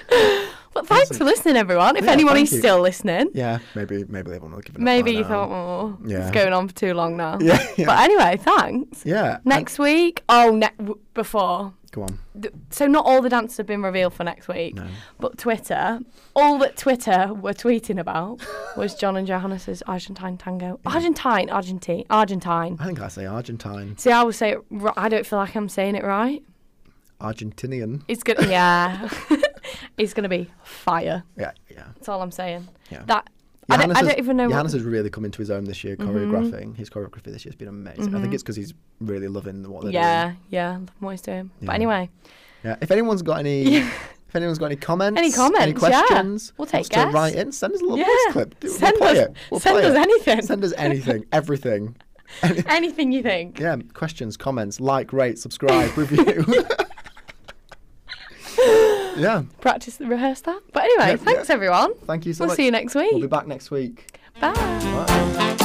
B: (laughs)
A: But thanks for listening, everyone. If
B: Yeah,
A: anyone
B: thank
A: is
B: you.
A: still listening,
B: maybe maybe they want to give it.
A: maybe you
B: up by now.
A: thought, oh,
B: Yeah.
A: it's going on for too long now.
B: (laughs) Yeah, yeah.
A: But anyway, thanks.
B: Yeah. and-
A: Next week, oh, ne- w- before.
B: go on.
A: Th- So not all the dances have been revealed for next week,
B: No.
A: but Twitter, all that Twitter were tweeting about was John and Johannes's Argentine tango. Argentine, Argentine, Argentine.
B: I think I say Argentine,
A: See, I would say it, ri- I don't feel like I'm saying it right.
B: Argentinian.
A: It's gonna, (laughs) yeah, it's gonna be fire.
B: Yeah, yeah.
A: That's all I'm saying.
B: Yeah.
A: That I don't, I
B: Johannes
A: don't
B: has-
A: even know.
B: Johannes
A: what, Mm-hmm.
B: has really come into his own this year, choreographing. His choreography this year has been amazing. I think it's because he's really loving what they're
A: yeah, yeah, I'm always doing.
B: Yeah.
A: But anyway,
B: doing. Yeah. If anyone's got any, (laughs) if anyone's got any comments,
A: Any
B: any
A: comments, yeah.
B: questions,
A: We'll
B: wants
A: take
B: to
A: guess.
B: write in, send us a little
A: Yeah.
B: voice clip. Do-
A: Send
B: we'll play
A: us-
B: it. We'll
A: send
B: play
A: us
B: it.
A: anything.
B: Send us
A: (laughs)
B: anything, everything.
A: anything you think.
B: Yeah, questions, comments, like,
A: (laughs)
B: rate, subscribe, review. (laughs) yeah,
A: Practice, rehearse that. But anyway,
B: Yeah,
A: thanks
B: yeah.
A: everyone.
B: thank you so
A: We'll
B: much.
A: see you next week.
B: We'll be back next week.
A: Bye.
B: Bye.